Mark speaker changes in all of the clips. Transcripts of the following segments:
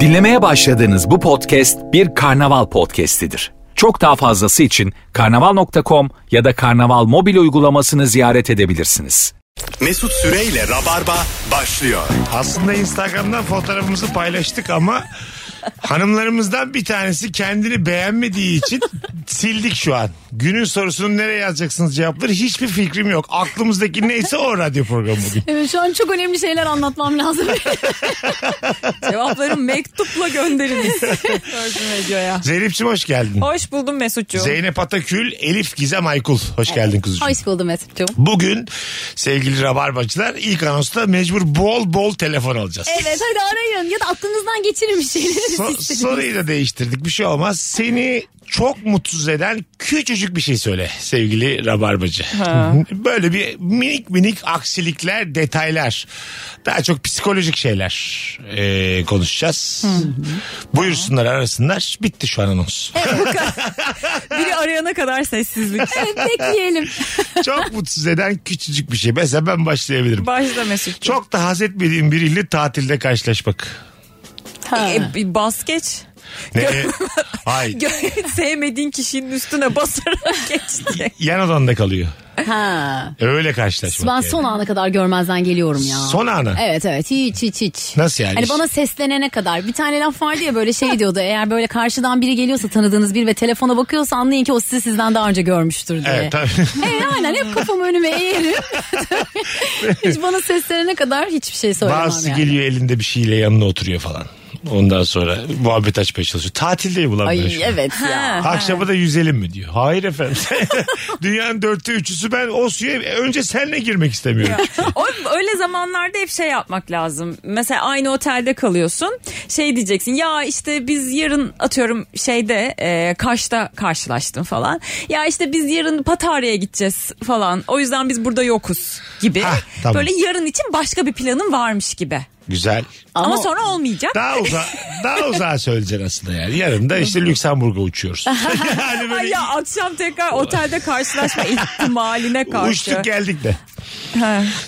Speaker 1: Dinlemeye başladığınız bu podcast bir karnaval podcastidir. Çok daha fazlası için karnaval.com ya da karnaval mobil uygulamasını ziyaret edebilirsiniz.
Speaker 2: Mesut Süreyle Rabarba başlıyor.
Speaker 3: Aslında Instagram'dan fotoğrafımızı paylaştık ama hanımlarımızdan bir tanesi kendini beğenmediği için sildik şu an. Günün sorusunu nereye yazacaksınız cevapları hiçbir fikrim yok. Aklımızdaki neyse o radyo programı bugün.
Speaker 4: Evet şu an çok önemli şeyler anlatmam lazım.
Speaker 5: Cevapları mektupla gönderiniz. Virgin Radio'ya.
Speaker 3: Zeynep'ciğim hoş geldin.
Speaker 5: Hoş buldum Mesut'cuğum.
Speaker 3: Zeynep Atakül, Elif Gizem Aykul. Hoş geldin kuzucuğum.
Speaker 4: Hoş buldum Mesut'cum.
Speaker 3: Bugün sevgili Rabarbacılar ilk anonsta mecbur bol bol telefon alacağız.
Speaker 4: Evet hadi arayın ya da aklınızdan geçirin bir şeyleri.
Speaker 3: So- soruyu da değiştirdik bir şey olmaz. Seni çok mutsuz eden küçücük bir şey söyle sevgili Rabarbacı. Böyle bir minik minik aksilikler, detaylar. Daha çok psikolojik şeyler ee, konuşacağız. Buyursunlar arasınlar. Bitti şu an anons.
Speaker 5: Biri arayana kadar sessizlik.
Speaker 4: Evet bekleyelim.
Speaker 3: çok mutsuz eden küçücük bir şey. Mesela ben başlayabilirim.
Speaker 5: Başla Mesut'cuğum.
Speaker 3: Çok da haz etmediğim biriyle tatilde karşılaşmak.
Speaker 5: E, bir bas geç.
Speaker 3: Ne? e, Ay.
Speaker 5: Gö- Sevmediğin kişinin üstüne basarak geç diye.
Speaker 3: Yan odanda kalıyor.
Speaker 4: Ha.
Speaker 3: Öyle karşılaşmak.
Speaker 4: Ben
Speaker 3: yani.
Speaker 4: son ana kadar görmezden geliyorum ya.
Speaker 3: Son ana.
Speaker 4: Evet evet hiç hiç hiç.
Speaker 3: Nasıl yani?
Speaker 4: Hani bana seslenene kadar bir tane laf vardı ya böyle şey diyordu eğer böyle karşıdan biri geliyorsa tanıdığınız biri ve telefona bakıyorsa anlayın ki o sizi sizden daha önce görmüştür diye.
Speaker 3: Evet tabii.
Speaker 4: E, aynen hep kafamı önüme eğerim. hiç bana seslenene kadar hiçbir şey söylemem
Speaker 3: Bazısı
Speaker 4: yani.
Speaker 3: geliyor elinde bir şeyle yanına oturuyor falan. Ondan sonra muhabbet açmaya çalışıyor. Tatildeyim ulan ben
Speaker 4: Ay
Speaker 3: şu an.
Speaker 4: evet ya.
Speaker 3: Akşamı da yüzelim mi diyor. Hayır efendim. Dünyanın dörtte üçüsü ben o suya e, önce senle girmek istemiyorum.
Speaker 5: O, öyle zamanlarda hep şey yapmak lazım. Mesela aynı otelde kalıyorsun. Şey diyeceksin ya işte biz yarın atıyorum şeyde e, Kaş'ta karşılaştım falan. Ya işte biz yarın Patara'ya gideceğiz falan. O yüzden biz burada yokuz gibi.
Speaker 3: Hah, tamam.
Speaker 5: Böyle yarın için başka bir planın varmış gibi.
Speaker 3: Güzel.
Speaker 5: Ama,
Speaker 4: Ama-
Speaker 5: sonra olmayacak.
Speaker 3: Daha uza daha uzağa söyleyeceksin aslında yani. Yarın da işte Lüksemburg'a uçuyoruz. yani
Speaker 5: Ay
Speaker 3: böyle
Speaker 5: ya akşam tekrar otelde karşılaşma ihtimaline karşı.
Speaker 3: uçtuk geldik de.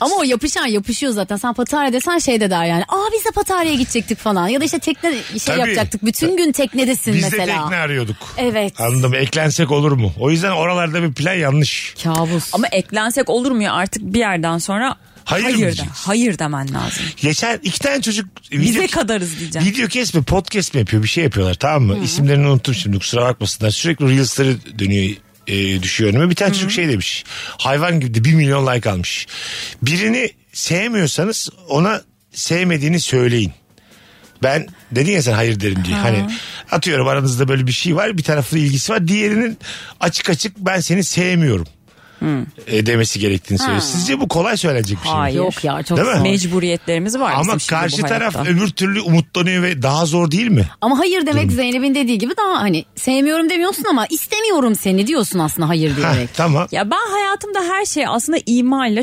Speaker 4: Ama o yapışan yapışıyor zaten. Sen Patarya desen şey de der yani. Aa biz de Patara'ya gidecektik falan. Ya da işte tekne şey
Speaker 3: Tabii.
Speaker 4: yapacaktık. Bütün gün teknedesin
Speaker 3: Biz
Speaker 4: mesela.
Speaker 3: de tekne arıyorduk.
Speaker 4: Evet.
Speaker 3: Anladım. Eklensek olur mu? O yüzden oralarda bir plan yanlış.
Speaker 4: Kabus.
Speaker 5: Ama eklensek olur mu ya artık bir yerden sonra
Speaker 3: Hayır mı
Speaker 5: hayır, de-
Speaker 3: diyeceksin?
Speaker 5: hayır demen lazım.
Speaker 3: Geçen iki tane çocuk
Speaker 5: Bize
Speaker 3: video-
Speaker 5: kadarız diyeceğim.
Speaker 3: Video kes mi podcast mi yapıyor bir şey yapıyorlar tamam mı? İsimlerini unuttum şimdi kusura bakmasınlar. Sürekli Reels'ları dönüyor e, düşüyor önüme. Bir tane çocuk şey demiş. Hayvan gibi de 1 milyon like almış. Birini sevmiyorsanız ona sevmediğini söyleyin. Ben dedin ya sen hayır derim diye. Hani atıyorum aranızda böyle bir şey var. Bir taraflı ilgisi var. Diğerinin açık açık ben seni sevmiyorum. e, demesi gerektiğini söylüyor. Sizce bu kolay söylenecek bir şey mi?
Speaker 5: Hayır.
Speaker 4: Yok ya çok
Speaker 3: Değil mi?
Speaker 4: zor.
Speaker 5: Mecburiyetlerimiz var.
Speaker 3: Ama
Speaker 5: bizim şimdi
Speaker 3: karşı
Speaker 5: bu hayatta.
Speaker 3: taraf öbür türlü umutlanıyor ve daha zor değil mi?
Speaker 4: Ama hayır demek Zeynep'in dediği gibi daha hani sevmiyorum demiyorsun ama istemiyorum seni diyorsun aslında hayır
Speaker 3: Heh,
Speaker 4: diyerek.
Speaker 3: tamam.
Speaker 5: Ya ben hayatımda her şeyi aslında ima ile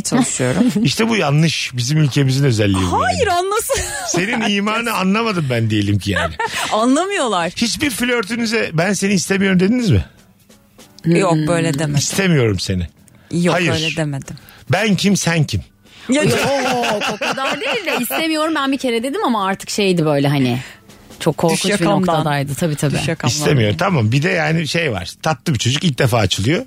Speaker 5: çalışıyorum.
Speaker 3: İşte bu yanlış. Bizim ülkemizin özelliği bu.
Speaker 5: hayır
Speaker 3: yani.
Speaker 5: anlasın.
Speaker 3: Senin imanı anlamadım ben diyelim ki yani.
Speaker 5: Anlamıyorlar.
Speaker 3: Hiçbir flörtünüze ben seni istemiyorum dediniz mi?
Speaker 5: Yok böyle demedim.
Speaker 3: İstemiyorum seni.
Speaker 5: Yok
Speaker 3: Hayır.
Speaker 5: öyle demedim.
Speaker 3: Ben kim sen kim?
Speaker 5: Ya,
Speaker 4: Yok o kadar değil de istemiyorum ben bir kere dedim ama artık şeydi böyle hani. Çok korkunç
Speaker 5: Düş
Speaker 4: bir
Speaker 5: yakamdan.
Speaker 4: noktadaydı tabii tabii.
Speaker 5: şakamlar.
Speaker 3: İstemiyorum tamam. Bir de yani şey var. Tatlı bir çocuk ilk defa açılıyor.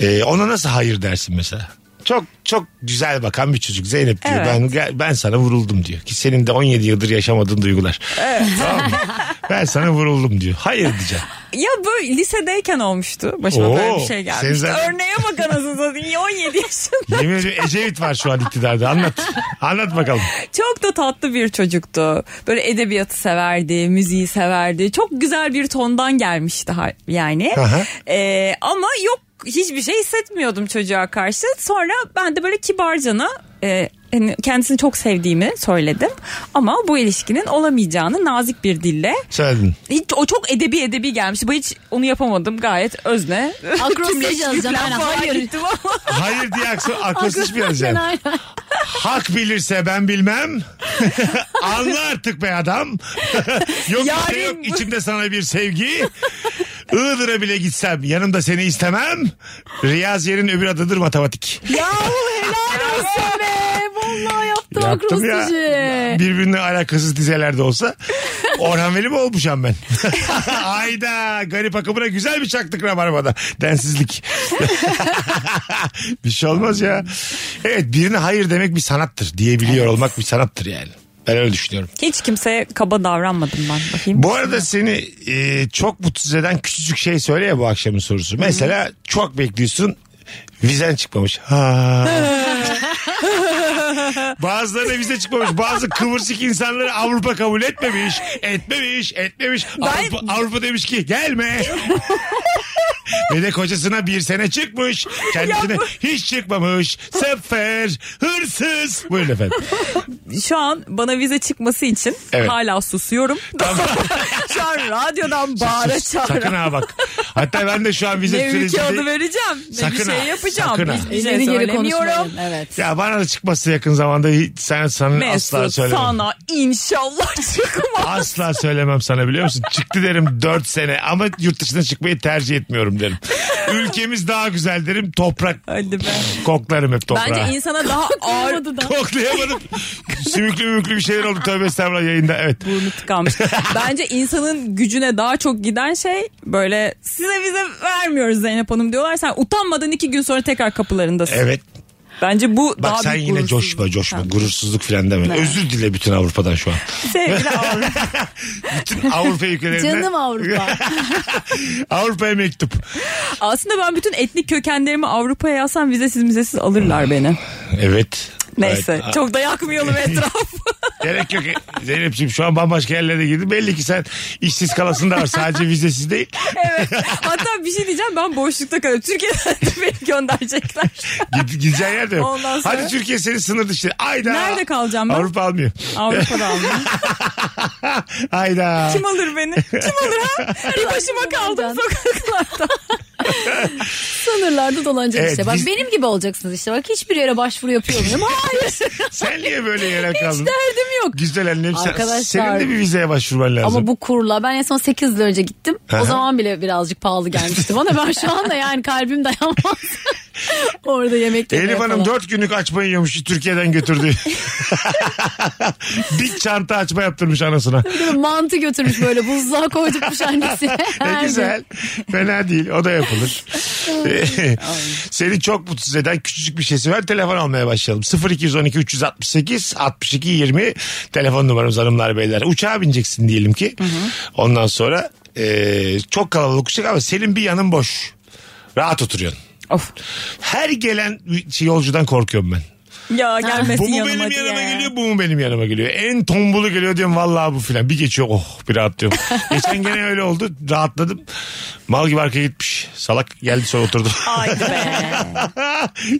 Speaker 3: Ee, ona nasıl hayır dersin mesela? Çok çok güzel bakan bir çocuk Zeynep diyor.
Speaker 5: Evet.
Speaker 3: Ben gel- ben sana vuruldum diyor. Ki senin de 17 yıldır yaşamadığın duygular. Tamam mı? Ben sana vuruldum diyor. Hayır diyeceğim.
Speaker 5: Ya böyle lisedeyken olmuştu. Başıma
Speaker 3: Oo,
Speaker 5: böyle bir şey
Speaker 3: sen
Speaker 5: gelmişti.
Speaker 3: zaten-
Speaker 5: Örneğe bak anasını satayım. 17 yaşında.
Speaker 3: Yemin ediyorum Ecevit var şu an iktidarda. Anlat. Anlat bakalım.
Speaker 5: Çok da tatlı bir çocuktu. Böyle edebiyatı severdi, müziği severdi. Çok güzel bir tondan gelmişti ha- yani.
Speaker 3: Aha.
Speaker 5: Ee, ama yok hiçbir şey hissetmiyordum çocuğa karşı. Sonra ben de böyle kibarcana e, hani kendisini çok sevdiğimi söyledim. Ama bu ilişkinin olamayacağını nazik bir dille.
Speaker 3: Söyledin.
Speaker 5: Hiç, o çok edebi edebi gelmiş. Bu hiç onu yapamadım gayet özne.
Speaker 4: Akrostiş yazacaksın
Speaker 5: Cümleştirikler
Speaker 4: aynen
Speaker 5: falan
Speaker 4: hayır.
Speaker 5: gittim ama.
Speaker 3: Hayır diye akso- akrostiş mi yazacaksın?
Speaker 4: Aynen.
Speaker 3: Hak bilirse ben bilmem. Anla artık be adam. yok bir şey
Speaker 5: Yarim
Speaker 3: yok.
Speaker 5: bu.
Speaker 3: İçimde sana bir sevgi. Iğdır'a bile gitsem yanımda seni istemem. Riyaz yerin öbür adıdır matematik.
Speaker 5: Yahu helal olsun be. Vallahi yaptım
Speaker 4: Korkunç
Speaker 3: Yaptım ya.
Speaker 4: dizi.
Speaker 3: Birbirine alakasız dizeler de olsa Orhan Veli mi olmuşam ben? Hayda garip akımına güzel bir çaktık Rabarba'da. Densizlik. bir şey olmaz ya. Evet birine hayır demek bir sanattır. Diyebiliyor olmak bir sanattır yani. Ben öyle düşünüyorum.
Speaker 5: Hiç kimseye kaba davranmadım ben. Bakayım.
Speaker 3: Bu arada seni e, çok mutsuz eden küçücük şey söyle ya bu akşamın sorusu. Mesela çok bekliyorsun vizen çıkmamış. Ha. Bazılarına vize çıkmamış. Bazı kıvırcık insanları Avrupa kabul etmemiş. Etmemiş, etmemiş. Avrupa, Avrupa demiş ki gelme. Ve de kocasına bir sene çıkmış. Kendisine hiç çıkmamış. Sefer, hırsız. Buyurun efendim.
Speaker 5: Şu an bana vize çıkması için
Speaker 3: Evet.
Speaker 5: hala susuyorum. Şu an radyodan bağıra
Speaker 3: Sakın
Speaker 5: çağıra.
Speaker 3: ha bak. Hatta ben de şu an vize
Speaker 5: Ne ülke
Speaker 3: sürecinde-
Speaker 5: adı vereceğim. Ne
Speaker 3: Sakın
Speaker 5: bir şey
Speaker 3: ha,
Speaker 5: yapacağım.
Speaker 3: sakın ha.
Speaker 5: Hiçbir şey
Speaker 4: İleri geri
Speaker 5: söylemiyorum.
Speaker 4: konuşmayalım. Evet.
Speaker 3: Ya bana da çıkması yakın zamanda hiç sen sana asla
Speaker 5: Mesut
Speaker 3: söylemem.
Speaker 5: sana inşallah çıkmaz.
Speaker 3: Asla söylemem sana biliyor musun? Çıktı derim 4 sene ama yurt dışına çıkmayı tercih etmiyorum derim. Ülkemiz daha güzel derim toprak
Speaker 5: Hadi be.
Speaker 3: koklarım hep toprağa.
Speaker 5: Bence insana daha ağır
Speaker 3: Koklayamadım. Sümüklü mümüklü bir şeyler oldu tövbe estağfurullah yayında evet.
Speaker 5: burnu tıkanmış. Bence insanın gücüne daha çok giden şey böyle size vize vermiyoruz Zeynep Hanım diyorlar. Sen utanmadan iki gün sonra tekrar kapılarındasın.
Speaker 3: Evet
Speaker 5: Bence bu
Speaker 3: bak
Speaker 5: daha
Speaker 3: sen
Speaker 5: büyük
Speaker 3: yine
Speaker 5: gurursuzluk.
Speaker 3: coşma coşma gurursuzluk falan deme. Özür dile bütün Avrupa'dan şu an.
Speaker 5: Sevgili Avrupa.
Speaker 3: Bütün Avrupa ülkelerinden.
Speaker 4: Canım Avrupa.
Speaker 3: Avrupa'ya mektup.
Speaker 5: Aslında ben bütün etnik kökenlerimi Avrupa'ya yazsam vizesiz vizesiz alırlar beni.
Speaker 3: Evet.
Speaker 5: Neyse
Speaker 3: Evet.
Speaker 5: çok da yakmayalım etrafı.
Speaker 3: Gerek yok. Zeynep'ciğim şu an bambaşka yerlere girdin. Belli ki sen işsiz kalasın da var. Sadece vizesiz değil.
Speaker 5: evet. Hatta bir şey diyeceğim ben boşlukta kalıyorum. Türkiye'den de beni gönderecekler.
Speaker 3: Gid, gideceğin yer de yok.
Speaker 5: Ondan sonra-
Speaker 3: Hadi Türkiye senin sınır dışı. Ayda.
Speaker 5: Nerede kalacağım ben?
Speaker 3: Avrupa almıyor.
Speaker 5: Avrupa'da almayayım.
Speaker 3: Ayda.
Speaker 5: Kim alır beni? Kim alır ha? Bir başıma kaldım sokaklarda.
Speaker 4: Sınırlarda dolanacak
Speaker 3: Evet,
Speaker 4: işte. Bak
Speaker 3: biz-
Speaker 4: benim gibi olacaksınız işte. Bak hiçbir yere başvuru yapıyor muyum? Hayır.
Speaker 3: Sen niye böyle yere kaldın?
Speaker 4: Derdim yok.
Speaker 3: Güzel annem sen-
Speaker 4: Arkadaşlar-
Speaker 3: senin de bir vizeye başvurman lazım.
Speaker 4: Ama bu kurla ben en son 8 yıl önce gittim.
Speaker 3: Aha.
Speaker 4: O zaman bile birazcık pahalı gelmişti bana. Ben şu anda yani kalbim dayanmaz. Orada yemek yemeye
Speaker 3: Elif Hanım
Speaker 4: falan.
Speaker 3: dört günlük açma yiyormuş Türkiye'den götürdü. bir çanta açma yaptırmış anasına.
Speaker 4: Mantı götürmüş böyle buzluğa koydurmuş annesi.
Speaker 3: Ne güzel. Fena değil. O da yapılır. Seni çok mutsuz eden küçücük bir şeysi var. Telefon almaya başlayalım. 0212 368 62 20 telefon numaramız hanımlar beyler. Uçağa bineceksin diyelim ki. Ondan sonra e, çok kalabalık uçak ama senin bir yanın boş. Rahat oturuyorsun.
Speaker 5: Of.
Speaker 3: Her gelen şey, yolcudan korkuyorum ben.
Speaker 5: Ya gelmesin
Speaker 3: Bu mu
Speaker 5: yanıma
Speaker 3: benim
Speaker 5: diye.
Speaker 3: yanıma geliyor bu mu benim yanıma geliyor. En tombulu geliyor diyorum vallahi bu filan. Bir geçiyor oh bir rahatlıyorum. Geçen gene öyle oldu rahatladım. Mal gibi arkaya gitmiş. Salak geldi sonra oturdu.
Speaker 5: Haydi be.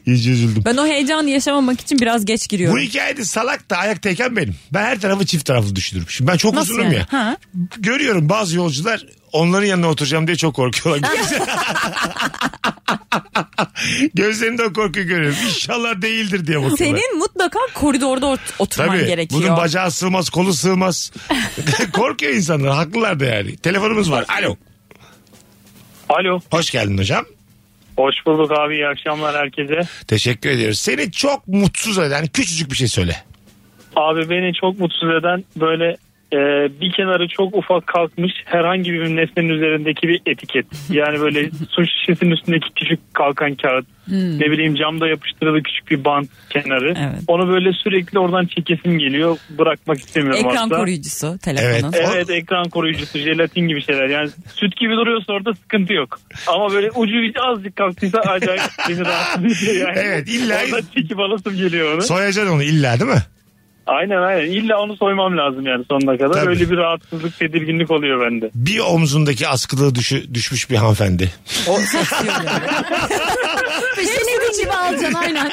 Speaker 3: İyice üzüldüm.
Speaker 5: Ben o heyecanı yaşamamak için biraz geç
Speaker 3: Bu
Speaker 5: giriyorum.
Speaker 3: hikayede salak da ayaktayken benim. Ben her tarafı çift taraflı düşünürüm. Şimdi ben çok
Speaker 5: Nasıl
Speaker 3: uzunum
Speaker 5: yani?
Speaker 3: ya.
Speaker 5: Ha.
Speaker 3: Görüyorum bazı yolcular onların yanına oturacağım diye çok korkuyorlar. Gözlerinde o korkuyu görüyorum. İnşallah değildir diye bakıyorlar.
Speaker 5: Senin mutlaka koridorda ot- oturman
Speaker 3: Tabii.
Speaker 5: gerekiyor.
Speaker 3: Bunun bacağı sığmaz, kolu sığmaz. Korkuyor insanlar. Haklılar da yani. Telefonumuz var. Alo.
Speaker 6: Alo.
Speaker 3: Hoş geldin hocam.
Speaker 6: Hoş bulduk abi. İyi akşamlar herkese.
Speaker 3: Teşekkür ediyoruz. Seni çok mutsuz eden küçücük bir şey söyle.
Speaker 6: Abi beni çok mutsuz eden böyle e, bir kenarı çok ufak kalkmış herhangi bir nesnenin üzerindeki bir etiket. Yani böyle su şişesinin üstündeki küçük kalkan kağıt. Ne bileyim camda yapıştırılı küçük bir bant kenarı.
Speaker 5: Hmm. Evet.
Speaker 6: Onu böyle sürekli oradan çekesim geliyor. Bırakmak istemiyorum
Speaker 5: Ekran
Speaker 6: asla.
Speaker 5: koruyucusu telefonun.
Speaker 3: Evet.
Speaker 6: Evet ekran koruyucusu jelatin gibi şeyler yani süt gibi duruyorsa orada sıkıntı yok ama böyle ucu bir azıcık kalktıysa acayip beni rahatsız ediyor yani.
Speaker 3: Evet, illa-
Speaker 6: Oradan çekip alasım geliyor onu.
Speaker 3: Soyacaksın onu illa değil mi?
Speaker 6: Aynen aynen. İlla onu soymam lazım yani sonuna kadar.
Speaker 3: Tabii.
Speaker 6: Öyle bir rahatsızlık, tedirginlik oluyor bende.
Speaker 3: Bir omzundaki askılığı düşü, düşmüş bir hanımefendi.
Speaker 4: Senin gibi alacaksın aynen.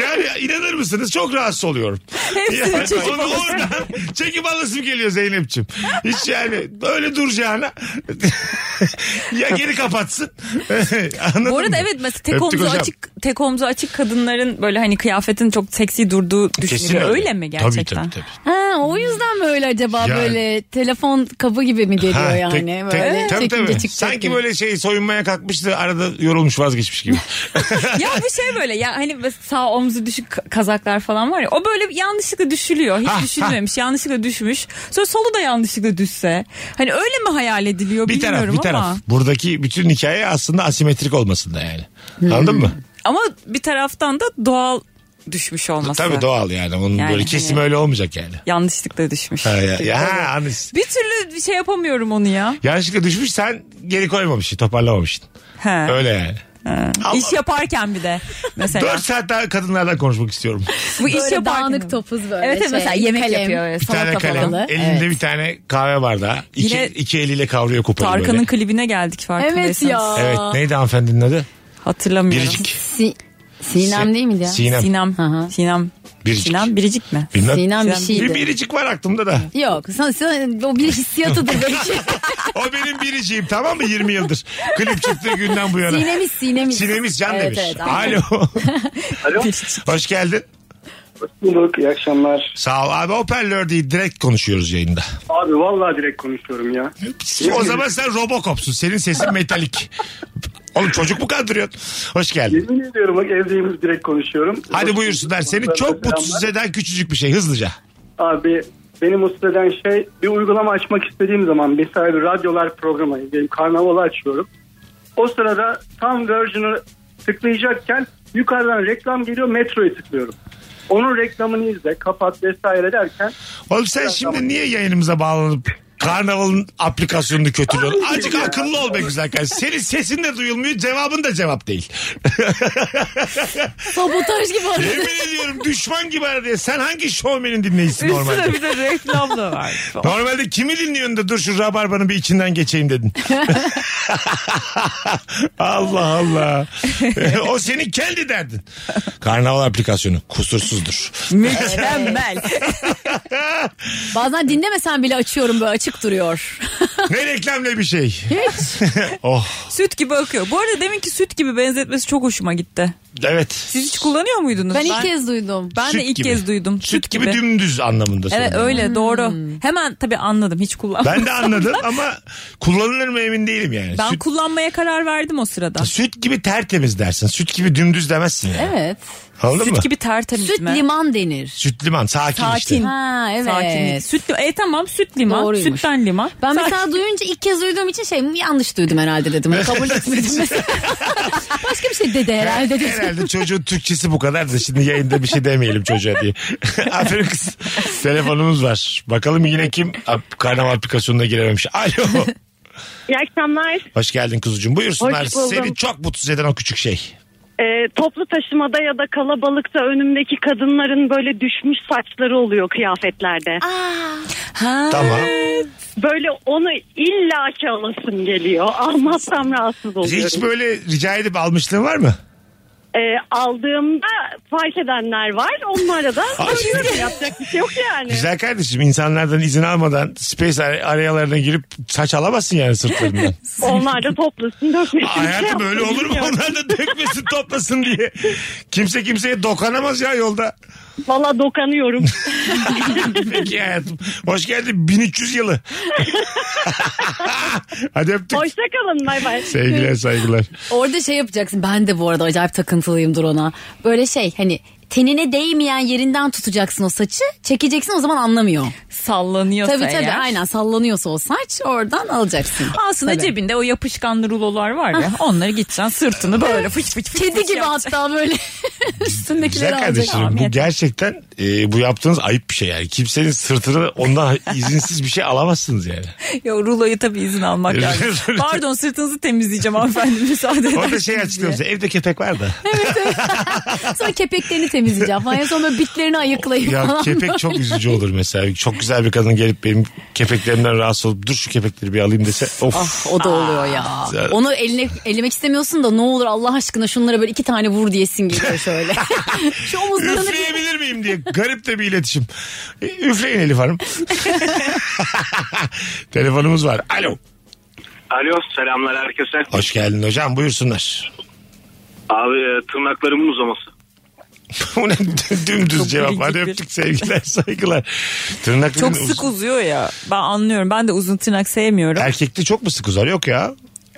Speaker 3: Yani inanır mısınız çok rahatsız oluyorum.
Speaker 5: Hepsini
Speaker 3: Yani
Speaker 5: çekip
Speaker 3: onu
Speaker 5: alasın.
Speaker 3: oradan çekip alasım geliyor Zeynep'ciğim. Hiç yani böyle duracağına ya geri kapatsın. Anladın
Speaker 5: Bu arada
Speaker 3: mı?
Speaker 5: evet mesela tek
Speaker 3: Öptük
Speaker 5: omzu
Speaker 3: hocam.
Speaker 5: açık tek omzu açık kadınların böyle hani kıyafetin çok seksi durduğu
Speaker 3: Kesin
Speaker 5: düşünülüyor. Öyle mi gerçekten?
Speaker 3: Tabii tabii tabii.
Speaker 4: Ha, Ha, o yüzden böyle acaba
Speaker 3: Ya-
Speaker 4: böyle telefon kabı gibi mi geliyor
Speaker 3: Ha,
Speaker 4: yani?
Speaker 3: tek- tek-
Speaker 4: böyle
Speaker 3: tabii,
Speaker 4: çekince
Speaker 3: tabii.
Speaker 4: çıkacak
Speaker 3: Sanki
Speaker 4: gibi.
Speaker 3: böyle şey soyunmaya kalkmıştı arada yorulmuş vazgeçmiş gibi.
Speaker 5: ya bu şey böyle ya hani mes- sağ omzu düşük ka- kazaklar falan var ya o böyle yanlışlıkla düşülüyor. Hiç
Speaker 3: Ha,
Speaker 5: düşünmemiş yanlışlıkla düşmüş. Sonra solu da yanlışlıkla düşse. Hani öyle mi hayal ediliyor
Speaker 3: bir taraf
Speaker 5: bilmiyorum
Speaker 3: bir taraf.
Speaker 5: ama.
Speaker 3: Buradaki bütün hikaye aslında asimetrik olmasında yani. Anladın mı?
Speaker 4: Hmm.
Speaker 5: Ama bir taraftan da doğal düşmüş olması.
Speaker 3: Tabii doğal yani. Onun
Speaker 5: Yani
Speaker 3: böyle kesim
Speaker 5: hani-
Speaker 3: öyle olmayacak yani.
Speaker 5: Yanlışlıkla düşmüş.
Speaker 3: Ha, ya, ya, ha, anlış-
Speaker 5: Bir türlü bir şey yapamıyorum onu ya.
Speaker 3: Yanlışlıkla düşmüş sen geri koymamışsın toparlamamışsın.
Speaker 5: He.
Speaker 3: Öyle yani. Allah-
Speaker 5: İş yaparken bir de mesela.
Speaker 3: 4 saat daha kadınlardan konuşmak istiyorum.
Speaker 5: bu iş
Speaker 4: Böyle
Speaker 5: yaparken.
Speaker 4: dağınık topuz böyle
Speaker 5: Evet, evet
Speaker 4: şey,
Speaker 5: mesela yemek
Speaker 4: kalem.
Speaker 5: yapıyor. öyle,
Speaker 3: Bir tane
Speaker 5: salata
Speaker 3: kalem.
Speaker 4: kafalı,
Speaker 5: falan.
Speaker 3: Elinde
Speaker 4: evet.
Speaker 3: bir tane kahve bardağı. İki,
Speaker 5: Yine-
Speaker 3: iki eliyle kavruyor kupayı
Speaker 5: Tarkan'ın
Speaker 3: böyle.
Speaker 5: klibine geldik farkındaysanız.
Speaker 4: Evet ya.
Speaker 3: Evet neydi hanımefendinin adı?
Speaker 5: Hatırlamıyorum.
Speaker 3: Biricik.
Speaker 4: Si- Sinem değil miydi ya?
Speaker 3: Şey, Sinem.
Speaker 5: Sinem.
Speaker 4: Aha.
Speaker 5: Sinem.
Speaker 3: Biricik.
Speaker 5: Sinem Biricik mi?
Speaker 3: Bilmem.
Speaker 4: Sinem bir
Speaker 5: Sinem.
Speaker 3: Bir
Speaker 4: şeydi.
Speaker 3: biricik var aklımda da.
Speaker 4: Yok sen, sen, o bir hissiyatıdır belki.
Speaker 3: O benim biriciğim tamam mı 20 yıldır. Klip çıktığı günden bu yana.
Speaker 4: sinemiz sinemiz.
Speaker 3: Sinemiz Can
Speaker 4: Evet,
Speaker 3: Demir.
Speaker 4: evet, aynen.
Speaker 3: Alo.
Speaker 5: Biricik.
Speaker 3: Hoş geldin.
Speaker 7: Bulduk. iyi akşamlar.
Speaker 3: Sağ ol abi hoparlör değil direkt konuşuyoruz yayında.
Speaker 7: Abi vallahi direkt konuşuyorum ya.
Speaker 3: O zaman sen Robocop'sun. Senin sesin metalik. Oğlum çocuk mu kandırıyorsun? Hoş geldin.
Speaker 7: Yemin ediyorum bak evdeyim direkt konuşuyorum.
Speaker 3: Hadi
Speaker 7: Hoş
Speaker 3: buyursunlar.
Speaker 7: bulduk.
Speaker 3: Seni çok mutsuz eden küçücük bir şey hızlıca.
Speaker 7: Abi beni mutsuz eden şey bir uygulama açmak istediğim zaman mesela bir radyolar programı diyelim karnavalı açıyorum. O sırada tam Virgin'ı tıklayacakken yukarıdan reklam geliyor metroyu tıklıyorum. Onun reklamını izle kapat vesaire derken
Speaker 3: Oğlum sen şimdi niye yayınımıza bağlanıp Karnaval'ın aplikasyonunu kötülüyorsun? Azıcık akıllı ol be güzel kardeşim. Senin sesin de duyulmuyor, cevabın da cevap değil.
Speaker 4: Sabotaj gibi arada.
Speaker 3: Yemin ediyorum düşman gibi ara diye. Sen hangi şovmenin dinleyicisin
Speaker 5: Üstüne
Speaker 3: normalde?
Speaker 5: bir de reklam da var.
Speaker 3: Normalde kimi dinliyorsun da dur şu rabarbanın bir içinden geçeyim dedin. Allah Allah. o senin kendi derdin. Karnaval aplikasyonu kusursuzdur.
Speaker 5: Mükemmel.
Speaker 3: Şey-
Speaker 4: Bazen dinlemesen bile açıyorum böyle açık duruyor.
Speaker 3: Ne reklam ne bir şey. oh
Speaker 5: süt gibi akıyor. Bu arada deminki süt gibi benzetmesi çok hoşuma gitti.
Speaker 3: evet.
Speaker 5: Siz hiç kullanıyor muydunuz?
Speaker 4: Ben ilk kez duydum.
Speaker 5: ben de
Speaker 3: Süt
Speaker 5: ilk
Speaker 3: gibi.
Speaker 5: kez duydum.
Speaker 3: Süt, gibi, dümdüz anlamında
Speaker 5: Evet
Speaker 3: söyledim.
Speaker 5: öyle doğru.
Speaker 4: Hmm.
Speaker 5: Hemen tabii anladım hiç kullanmadım.
Speaker 3: Ben de anladım ama kullanılır mı emin değilim yani.
Speaker 5: Ben
Speaker 3: süt,
Speaker 5: kullanmaya karar verdim o sırada.
Speaker 3: süt gibi tertemiz dersin. Süt gibi dümdüz demezsin yani.
Speaker 4: Evet.
Speaker 3: Anladın
Speaker 5: Süt
Speaker 3: mı?
Speaker 5: gibi tertemiz
Speaker 4: Süt
Speaker 5: mi?
Speaker 4: liman denir.
Speaker 3: Süt liman sakin,
Speaker 5: Sakin.
Speaker 3: işte.
Speaker 4: Ha evet.
Speaker 5: Sakinlik. Süt, e tamam süt liman.
Speaker 4: Doğruymuş.
Speaker 5: Sütten liman.
Speaker 4: Ben
Speaker 5: Sakin.
Speaker 4: mesela duyunca ilk kez duyduğum için şey yanlış duydum herhalde dedim. Hani Kabul etmedim mesela. Başka bir şey dedi herhalde dedim.
Speaker 3: Herhalde çocuğun Türkçesi bu kadar da şimdi yayında bir şey demeyelim çocuğa diye. Aferin kız. Telefonumuz var. Bakalım yine kim ap- karnaval aplikasyonuna girememiş. Alo.
Speaker 8: İyi akşamlar.
Speaker 3: Hoş geldin kuzucuğum. Buyursunlar.
Speaker 8: Hoş buldum.
Speaker 3: Seni çok mutsuz eden o küçük şey.
Speaker 8: Ee, toplu taşımada ya da kalabalıkta önümdeki kadınların böyle düşmüş saçları oluyor kıyafetlerde.
Speaker 5: Ha.
Speaker 3: Tamam.
Speaker 8: Böyle onu illaki alasım geliyor. Almazsam rahatsız oluyorum.
Speaker 3: Hiç böyle rica edip almışlığın var mı?
Speaker 8: Ee, aldığımda fark edenler var. Onlara da söylüyorum. yapacak bir şey yok yani.
Speaker 3: Güzel kardeşim insanlardan izin almadan space ar- arayalarına girip saç alamazsın yani sırtlarından.
Speaker 8: Onlar da toplasın dökmesin. Şey
Speaker 3: Aa, Hayatım öyle olur mu? Onlar da dökmesin toplasın diye. Kimse kimseye dokanamaz ya yolda.
Speaker 8: Valla dokanıyorum.
Speaker 3: Peki hayatım. Hoş geldin 1300 yılı. Hadi öptük.
Speaker 8: Hoşçakalın bay bay.
Speaker 3: Sevgiler saygılar.
Speaker 4: Orada şey yapacaksın. Ben de bu arada acayip takıntılıyımdır ona. Böyle şey hani tenine değmeyen yerinden tutacaksın o saçı. Çekeceksin o zaman anlamıyor.
Speaker 5: Sallanıyorsa
Speaker 4: Tabii tabii
Speaker 5: eğer.
Speaker 4: aynen sallanıyorsa o saç oradan alacaksın.
Speaker 5: Aslında
Speaker 4: Tabii. Ah.
Speaker 5: cebinde o yapışkan rulolar var ya. onları gideceksin sırtını böyle fıç fıç fıç.
Speaker 4: Kedi
Speaker 5: fıç
Speaker 4: gibi
Speaker 5: yapacaksın.
Speaker 4: hatta böyle üstündekileri
Speaker 3: Güzel
Speaker 4: alacak.
Speaker 3: kardeşim bu gerçekten e, bu yaptığınız ayıp bir şey yani. Kimsenin sırtını ondan izinsiz bir şey alamazsınız yani.
Speaker 5: Ya ruloyu tabii izin almak lazım. Pardon sırtınızı temizleyeceğim hanımefendi
Speaker 3: Orada
Speaker 5: müsaade ederseniz
Speaker 3: şey
Speaker 5: diye.
Speaker 3: açıklıyorum size evde köpek var da.
Speaker 4: Sonra kepeklerini temizleyeceğim falan. Sonra böyle bitlerini ayıklayıp
Speaker 3: Ya
Speaker 4: falan.
Speaker 3: kepek çok üzücü olur mesela. Çok güzel bir kadın gelip benim kepeklerimden rahatsız olup dur şu kepekleri bir alayım dese. Of.
Speaker 4: O da oluyor ya.
Speaker 3: Güzel.
Speaker 4: Onu eline, elemek istemiyorsun da ne olur Allah aşkına şunlara böyle iki tane vur diyesin geliyor şöyle. Şu omuzlarını bir-
Speaker 3: Üfleyebilir miyim diye garip de bir iletişim. E, Üfleyin Elif Hanım. Telefonumuz var. Alo.
Speaker 9: Alo selamlar herkese.
Speaker 3: Hoş geldin hocam buyursunlar.
Speaker 9: Abi e, tırnaklarımın uzaması.
Speaker 3: Bu ne dümdüz
Speaker 5: Çok
Speaker 3: cevap. Hadi
Speaker 5: politik bir-
Speaker 3: öptük sevgiler saygılar. Tırnakların
Speaker 5: Çok sık uzuyor ya. Ben anlıyorum. Ben de uzun tırnak sevmiyorum.
Speaker 3: Erkekte çok mu sık uzar? Yok ya.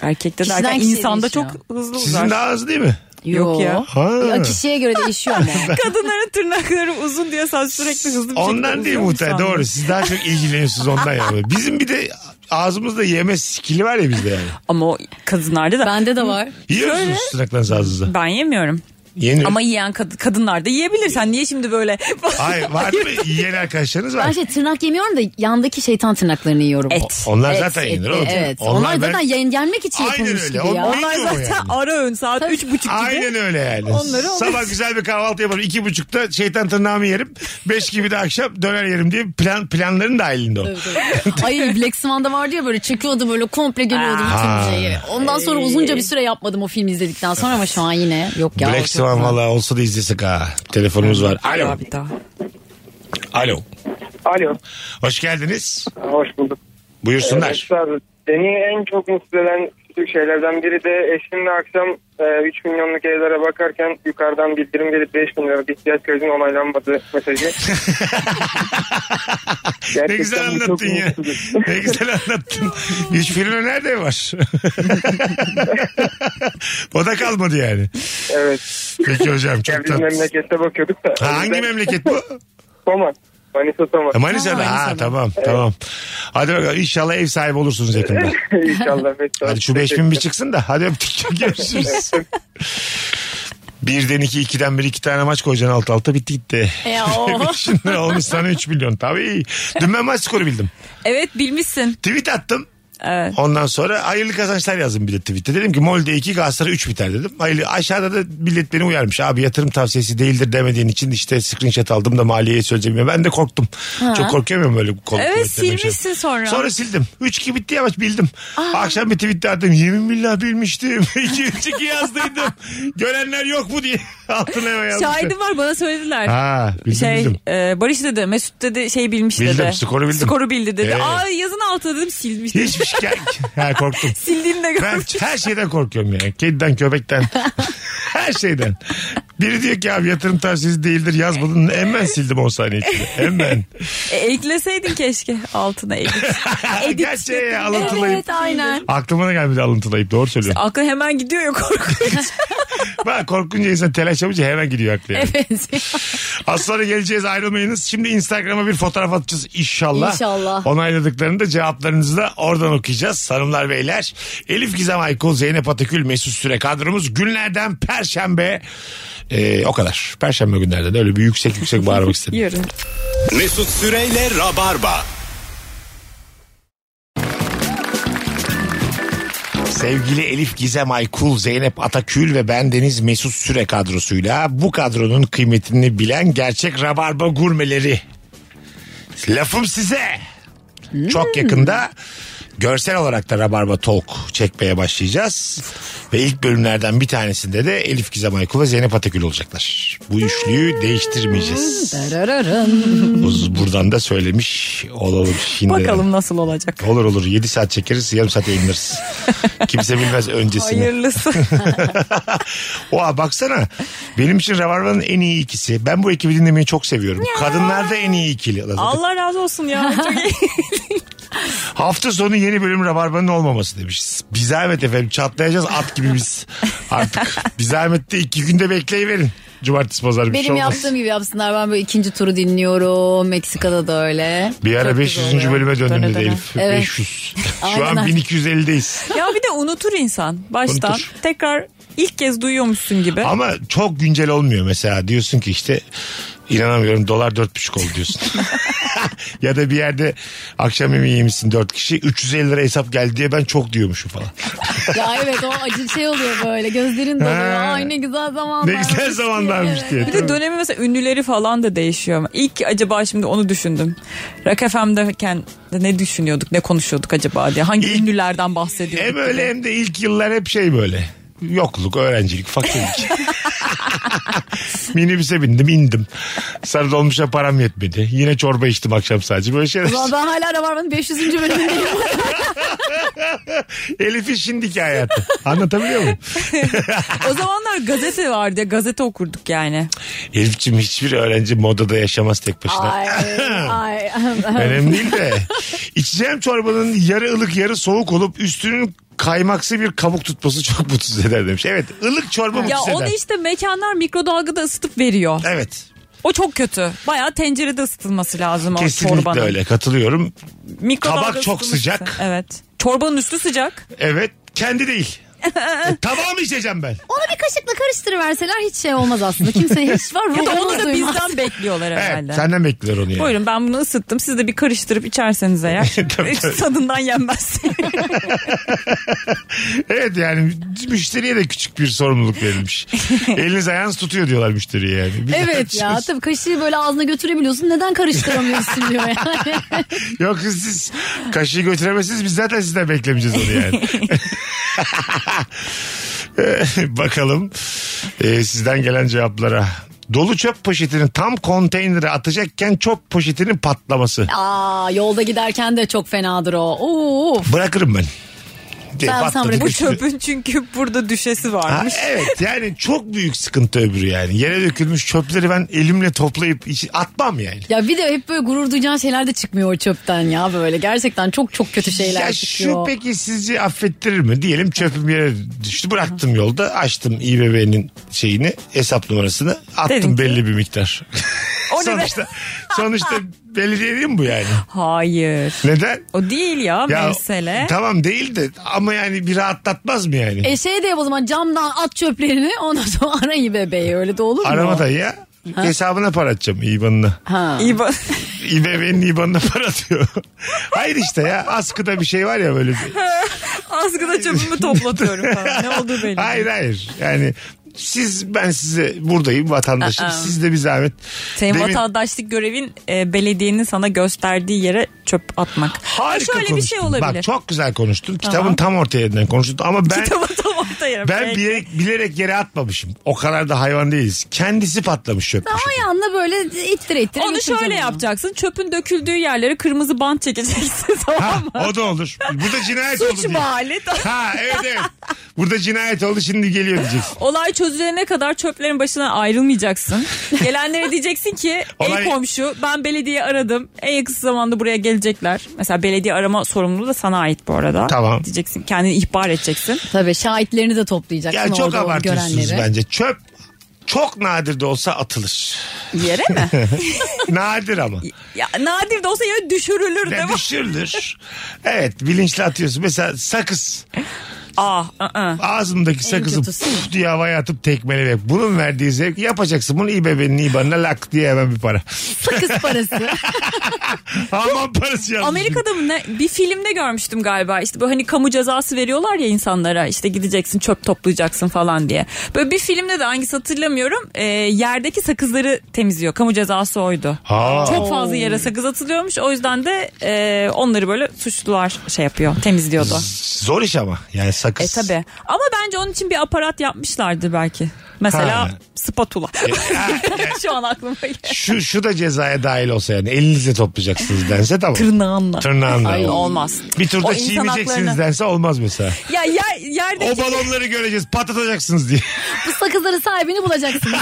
Speaker 5: Erkekte
Speaker 4: Kişiden
Speaker 5: derken
Speaker 4: kişiye
Speaker 5: insanda
Speaker 4: değişiyor.
Speaker 5: çok hızlı uzar.
Speaker 3: Sizin daha az değil mi?
Speaker 5: Yok ya.
Speaker 3: Ha.
Speaker 4: E, kişiye göre değişiyor ama.
Speaker 5: Kadınların tırnakları uzun diye sen sürekli hızlı bir şekilde
Speaker 3: Ondan değil
Speaker 5: uzuyor
Speaker 3: muhtemelen
Speaker 5: musun?
Speaker 3: doğru. Siz daha çok ilgileniyorsunuz ondan ya. Bizim bir de ağzımızda yeme skili var ya bizde yani.
Speaker 5: Ama o kadınlarda da
Speaker 4: Bende de var.
Speaker 3: Yiyor
Speaker 5: Şöyle-
Speaker 3: musunuz tırnaklarınızı ağzınıza?
Speaker 5: ben yemiyorum.
Speaker 3: Yeni.
Speaker 5: Ama yiyen kad- kadınlar da yiyebilir. Sen niye şimdi böyle
Speaker 3: Hayır var mı? Yeni arkadaşlarınız var.
Speaker 4: Ben şey tırnak yemiyorum da yandaki şeytan tırnaklarını yiyorum.
Speaker 5: et?
Speaker 3: Onlar
Speaker 4: Et,
Speaker 3: zaten
Speaker 4: et,
Speaker 3: yenir oğlum.
Speaker 4: Evet. Onlar,
Speaker 3: ben-
Speaker 4: zaten yen- yenmek için
Speaker 3: Aynen
Speaker 4: yapılmış
Speaker 3: öyle.
Speaker 4: gibi
Speaker 3: O-
Speaker 4: ya.
Speaker 3: o-
Speaker 5: Onlar
Speaker 3: Neydi o
Speaker 5: zaten
Speaker 3: yani?
Speaker 5: ara öğün saat
Speaker 4: Tabii.
Speaker 5: üç buçuk gibi.
Speaker 3: Aynen öyle yani.
Speaker 5: Onları olur.
Speaker 3: Sabah güzel bir kahvaltı yaparım. İki buçukta şeytan tırnağımı yerim. Beş gibi de akşam döner yerim diye plan planların dahilinde o.
Speaker 4: Ay Black Swan'da vardı ya böyle çekiyordu böyle komple geliyordu
Speaker 3: Ha.
Speaker 4: bütün şeyi. Ondan sonra uzunca bir süre yapmadım o filmi izledikten sonra ama şu an yine yok ya. o
Speaker 3: Black
Speaker 4: çok
Speaker 3: Swan
Speaker 4: güzel.
Speaker 3: valla olsa da izlesek ha. Telefonumuz var. Alo.
Speaker 5: Abi daha.
Speaker 3: Alo.
Speaker 9: Alo.
Speaker 3: Hoş geldiniz.
Speaker 9: Hoş bulduk.
Speaker 3: Buyursunlar.
Speaker 9: Esrar, beni en çok mutsuz eden küçük şeylerden biri de eşimle akşam e, 3 milyonluk evlere bakarken yukarıdan bildirim gelip 5 milyon liralık ihtiyaç kredinin onaylanmadı mesajı.
Speaker 3: ne güzel
Speaker 9: Gerçekten bu çok
Speaker 3: anlattın ya.
Speaker 9: mutsuz.
Speaker 3: ne güzel anlattın. Üç filmi nerede var? o da kalmadı yani.
Speaker 9: evet.
Speaker 3: Peki hocam
Speaker 9: Yani
Speaker 3: çok
Speaker 9: biz
Speaker 3: tatlı.
Speaker 9: memlekette bakıyorduk da.
Speaker 3: Ha, hangi memleket bu?
Speaker 9: Soma. Manisa Soma.
Speaker 3: Ha, Manisa'da. Ha, tamam tamam. Hadi bakalım inşallah ev sahibi olursunuz yakında.
Speaker 9: İnşallah.
Speaker 3: Hadi şu 5000 bir çıksın da hadi öptük görüşürüz. Birden iki, ikiden bir iki tane maç koyacaksın alt alta bitti gitti.
Speaker 4: E, o.
Speaker 3: Şimdi olmuş sana 3 milyon tabii. Dün ben maç skoru bildim.
Speaker 5: Evet bilmişsin.
Speaker 3: Tweet attım.
Speaker 5: Evet.
Speaker 3: Ondan sonra hayırlı kazançlar yazdım bir de tweette. Dedim ki Molde 2 Galatasaray 3 biter dedim. Hayırlı, aşağıda da millet beni uyarmış. Abi yatırım tavsiyesi değildir demediğin için işte screenshot aldım da maliyeye söyleyeceğim. diye. Ben de korktum. Çok korkuyor muyum böyle kol
Speaker 5: Evet,
Speaker 3: kuvvetlerine bir şey?
Speaker 5: silmişsin sonra.
Speaker 3: Sonra sildim. 3-2 bitti yavaş bildim. Akşam bir tweet de attım. Yemin billah bilmiştim. 2-3-2 yazdıydım. Görenler yok mu diye altına yazdım.
Speaker 5: Şahidim var bana söylediler.
Speaker 3: Ha bildim
Speaker 5: şey
Speaker 3: bildim.
Speaker 5: e, Barış dedi Mesut dedi şey bilmiş
Speaker 3: Bildim,
Speaker 5: dedi.
Speaker 3: skoru bildim. Ee.
Speaker 5: Skoru bildi dedi.
Speaker 3: Evet.
Speaker 5: Aa yazın altına dedim silmiş.
Speaker 3: Hiçbir şey Ha korktum.
Speaker 5: Sildiğini de
Speaker 3: Ben
Speaker 5: görmüş.
Speaker 3: her şeyden korkuyorum yani. Kediden, köpekten. her şeyden. Biri diyor ki abi yatırım tavsiyesi değildir yazmadın. Hemen sildim 10 saniye içinde. Hemen.
Speaker 5: E, ekleseydin keşke altına edit. Edit.
Speaker 3: Gerçeği alıntılayıp.
Speaker 4: Evet aynen.
Speaker 3: Aklıma da gelmedi alıntılayıp doğru söylüyorum.
Speaker 5: Aklı hemen gidiyor ya korkunç.
Speaker 3: Bak korkunca insan telaş yapınca hemen gidiyor aklı. yani.
Speaker 4: Evet.
Speaker 3: Az sonra geleceğiz ayrılmayınız. Şimdi Instagram'a bir fotoğraf atacağız inşallah.
Speaker 4: İnşallah.
Speaker 3: Onayladıklarında cevaplarınızı da oradan okuyacağız. Hanımlar beyler. Elif Gizem Aykul, Zeynep Atakül, Mesut Süre kadromuz. Günlerden Perşembe. Ee, o kadar. Perşembe günlerden öyle bir yüksek yüksek bağırmak istedim.
Speaker 5: Yarın.
Speaker 2: Mesut Süreyle Rabarba.
Speaker 3: Sevgili Elif Gizem Aykul, Zeynep Atakül ve ben Deniz Mesut Süre kadrosuyla bu kadronun kıymetini bilen gerçek rabarba gurmeleri. Lafım size. Çok yakında görsel olarak da Rabarba Talk çekmeye başlayacağız. Ve ilk bölümlerden bir tanesinde de Elif Gizem Aykul ve Zeynep Atakül olacaklar. Bu üçlüyü değiştirmeyeceğiz. Uz- Buradan da söylemiş olalım şimdi.
Speaker 5: Bakalım nasıl olacak.
Speaker 3: Olur olur 7 saat çekeriz yarım saat yayınlarız. Kimse bilmez öncesini.
Speaker 5: Hayırlısı.
Speaker 3: Oha baksana benim için Rabarba'nın en iyi ikisi. Ben bu ekibi dinlemeyi çok seviyorum. Kadınlar da en iyi ikili. Zaten
Speaker 5: Allah razı olsun ya. Çok iyi.
Speaker 3: Hafta sonu yeni bölüm Rabarba'nın olmaması demiş. Bir zahmet efendim çatlayacağız at gibi biz artık. Bir zahmet de iki günde bekleyiverin. Cumartesi pazar bir şey
Speaker 4: Benim
Speaker 3: olmaz.
Speaker 4: yaptığım gibi yapsınlar. Ben böyle ikinci turu dinliyorum. Meksika'da da öyle.
Speaker 3: Bir ara
Speaker 4: Çok güzel
Speaker 3: 500.
Speaker 4: oluyor.
Speaker 3: bölüme döndüm
Speaker 5: Döne
Speaker 3: dedi
Speaker 5: döne.
Speaker 3: Elif.
Speaker 4: Evet.
Speaker 3: 500. Şu
Speaker 4: Aynen.
Speaker 3: an 1250'deyiz.
Speaker 5: ya bir de unutur insan baştan.
Speaker 3: Unutur.
Speaker 5: Tekrar ilk kez duyuyormuşsun gibi.
Speaker 3: Ama çok güncel olmuyor mesela. Diyorsun ki işte inanamıyorum dolar dört buçuk oldu diyorsun. ya da bir yerde akşam yemeği yemişsin dört kişi 350 lira hesap geldi diye ben çok diyormuşum falan.
Speaker 4: Ya evet o acı şey oluyor böyle. Gözlerin doluyor.
Speaker 3: Ha.
Speaker 4: Ay ne güzel zamanlar.
Speaker 3: ne güzel zamanlarmış diye.
Speaker 5: Bir de dönemi mesela ünlüleri falan da değişiyor. İlk acaba şimdi onu düşündüm. Rock FM'deyken de ne düşünüyorduk, ne konuşuyorduk acaba diye. Hangi
Speaker 3: İlk-
Speaker 5: ünlülerden bahsediyorduk?
Speaker 3: Hem öyle hem de ilk yıllar hep şey böyle. Yokluk, öğrencilik, fakirlik. Minibüse bindim indim. Sarı dolmuşa param yetmedi. Yine çorba içtim akşam sadece. Böyle şeyler.
Speaker 4: Ulan ben hala Rabarba'nın 500. bölümündeyim.
Speaker 3: Elif'in şimdiki hayatı. Anlatabiliyor muyum?
Speaker 5: O zamanlar gazete vardı. Gazete okurduk yani.
Speaker 3: Elif'ciğim hiçbir öğrenci modada yaşamaz tek başına.
Speaker 4: ay ay.
Speaker 3: Önemli değil de. İçeceğim çorbanın yarı ılık yarı soğuk olup üstünün kaymaksı bir kabuk tutması çok mutsuz eder demiş. Evet ılık çorba
Speaker 5: Ya
Speaker 3: mutsuz
Speaker 5: onu
Speaker 3: eder.
Speaker 5: işte mekanlar mikrodalgada ısıtıp veriyor.
Speaker 3: Evet.
Speaker 5: O çok kötü. Bayağı tencerede ısıtılması lazım o
Speaker 3: Kesinlikle
Speaker 5: çorbanın.
Speaker 3: öyle katılıyorum.
Speaker 5: Mikrodalga
Speaker 3: Tabak çok
Speaker 5: ısıtılması.
Speaker 3: sıcak.
Speaker 5: Evet. Çorbanın üstü sıcak.
Speaker 3: Evet kendi değil. E, Tabağı mı içeceğim ben?
Speaker 4: Onu bir kaşıkla karıştırıverseler hiç şey olmaz aslında. Kimse hiç var.
Speaker 5: Ya da onu
Speaker 4: Ruhumuz
Speaker 5: da
Speaker 4: duymaz.
Speaker 5: bizden bekliyorlar herhalde.
Speaker 3: Evet, senden bekliyorlar onu yani.
Speaker 5: Buyurun ben bunu ısıttım. Siz de bir karıştırıp içerseniz eğer.
Speaker 3: Tabii, tabii.
Speaker 5: Tadından yenmez.
Speaker 3: Evet yani müşteriye de küçük bir sorumluluk verilmiş. Eliniz ayağınız tutuyor diyorlar müşteriye yani. Bir
Speaker 4: Evet ya tabii kaşığı böyle ağzına götürebiliyorsun. Neden karıştıramıyorsun diyor yani.
Speaker 3: Yok kız siz kaşığı götüremezsiniz biz zaten sizden beklemeyeceğiz onu yani. Ee, Bakalım ee, sizden gelen cevaplara. Dolu çöp poşetini tam konteynere atacakken çöp poşetinin patlaması.
Speaker 4: Aa yolda giderken de çok fenadır o. Oo.
Speaker 3: Bırakırım ben. Ee,
Speaker 4: Ben
Speaker 3: patladı,
Speaker 4: sanmıyorum.
Speaker 5: Bu
Speaker 3: düştü.
Speaker 5: çöpün çünkü burada düşesi
Speaker 3: Ha,
Speaker 5: varmış.
Speaker 3: evet yani çok büyük sıkıntı öbürü yani. Yere dökülmüş çöpleri ben elimle toplayıp içi- atmam yani.
Speaker 4: Ya bir de hep böyle gurur duyacağın şeyler de çıkmıyor o çöpten ya böyle. Gerçekten çok çok kötü şeyler
Speaker 3: ya şu
Speaker 4: çıkıyor.
Speaker 3: peki sizce affettirir mi? Diyelim çöpüm yere düştü bıraktım yolda açtım İBB'nin şeyini hesap numarasını attım
Speaker 5: Dedim ki-
Speaker 3: belli bir miktar.
Speaker 5: O ne be?
Speaker 3: sonuçta, sonuçta belediye değil mi bu yani?
Speaker 5: Hayır.
Speaker 3: Neden?
Speaker 5: O değil ya, mesele.
Speaker 3: tamam değil de ama yani bir rahatlatmaz mı yani?
Speaker 4: E şey de yap o zaman camdan at çöplerini ondan sonra arayı bebeği öyle de olur mu?
Speaker 3: Aramadan ya. Hesabına para atacağım İBAN'ına.
Speaker 4: Ha.
Speaker 5: İyi bak.
Speaker 3: İBB'nin IBAN'ına para atıyor. Hayır işte ya askıda bir şey var ya böyle.
Speaker 5: Azgıda çöpümü toplatıyorum falan. Ne olduğu belli.
Speaker 3: Hayır hayır yani siz ben size buradayım vatandaşım.
Speaker 5: Aa.
Speaker 3: Siz de bir zahmet.
Speaker 5: Senin
Speaker 3: Demin-
Speaker 5: vatandaşlık görevin e, belediyenin sana gösterdiği yere çöp atmak.
Speaker 3: Harika
Speaker 5: Ha, Şöyle bir
Speaker 3: konuştun.
Speaker 5: şey olabilir.
Speaker 3: Bak çok güzel konuştun. Kitabın tam orta yerinden konuştun ama ben
Speaker 5: Kitabı tam orta yere.
Speaker 3: ben
Speaker 5: Peki.
Speaker 3: bilerek, bilerek yere atmamışım. O kadar da hayvan değiliz. Kendisi patlamış çöp.
Speaker 4: Ama yanına böyle ittir ittir.
Speaker 5: Onu şöyle yapacaksın. Çöpün döküldüğü yerlere kırmızı bant çekeceksin
Speaker 3: Ha,
Speaker 5: tamam mı?
Speaker 3: o da olur. Burada cinayet oldu
Speaker 5: Suç
Speaker 3: diye.
Speaker 5: mahalli.
Speaker 3: Ha evet evet. Burada cinayet oldu şimdi geliyor diyeceksin.
Speaker 5: Olay çözülene kadar çöplerin başına ayrılmayacaksın. Gelenlere diyeceksin ki
Speaker 3: Olay-
Speaker 5: ey komşu ben belediye aradım. En yakın zamanda buraya gelecekler. Mesela belediye arama sorumluluğu da sana ait bu arada.
Speaker 3: Tamam.
Speaker 5: Diyeceksin kendini ihbar edeceksin.
Speaker 4: Tabii şahitlerini de toplayacaksın
Speaker 3: Ya çok
Speaker 4: orada onu
Speaker 3: abartıyorsunuz
Speaker 4: görenleri.
Speaker 3: bence. Çöp çok nadir de olsa atılır.
Speaker 5: Yere mi?
Speaker 3: nadir ama.
Speaker 5: ya, nadir de olsa yere düşürülür değil
Speaker 3: Ya
Speaker 5: mi?
Speaker 3: düşürülür. Evet bilinçli atıyorsun. Mesela sakız.
Speaker 5: Aa, ı-ı.
Speaker 3: Ağzımdaki sakızı
Speaker 4: kötüsü.
Speaker 3: puf diye havaya atıp tekmeleyerek. Bunun verdiği zevk yapacaksın. Bunu İBB'nin İBAN'ına lak diye hemen bir para.
Speaker 4: Sakız parası.
Speaker 3: Aman parası yazmış.
Speaker 5: Amerika'da mı ne? Bir filmde görmüştüm galiba. İşte böyle hani kamu cezası veriyorlar ya insanlara. İşte gideceksin çöp toplayacaksın falan diye. Böyle bir filmde de hangisi hatırlamıyorum. Ee, yerdeki sakızları temizliyor. Kamu cezası oydu.
Speaker 3: Ha.
Speaker 5: Çok fazla yere sakız atılıyormuş. O yüzden de e, onları böyle suçlular şey yapıyor. Temizliyordu.
Speaker 3: Zor iş ama. Yani
Speaker 5: E
Speaker 3: sakız.
Speaker 5: tabi. Ama bence onun için bir aparat yapmışlardı belki. Mesela
Speaker 3: Ha.
Speaker 5: spatula.
Speaker 3: Ha, yani
Speaker 5: Şu an aklıma geldi.
Speaker 3: şu, şu da cezaya dahil olsa yani. Elinizle toplayacaksınız dense tamam.
Speaker 5: Tırnağınla.
Speaker 3: Tırnağınla.
Speaker 5: Ay, olmaz.
Speaker 3: Bir turda
Speaker 5: Eh. O insan
Speaker 3: çiğneyeceksiniz
Speaker 5: haklarını-
Speaker 3: dense olmaz mesela.
Speaker 5: Ya yer, yerdeki
Speaker 3: O balonları göreceğiz patlatacaksınız diye.
Speaker 4: Bu sakızların sahibini bulacaksın.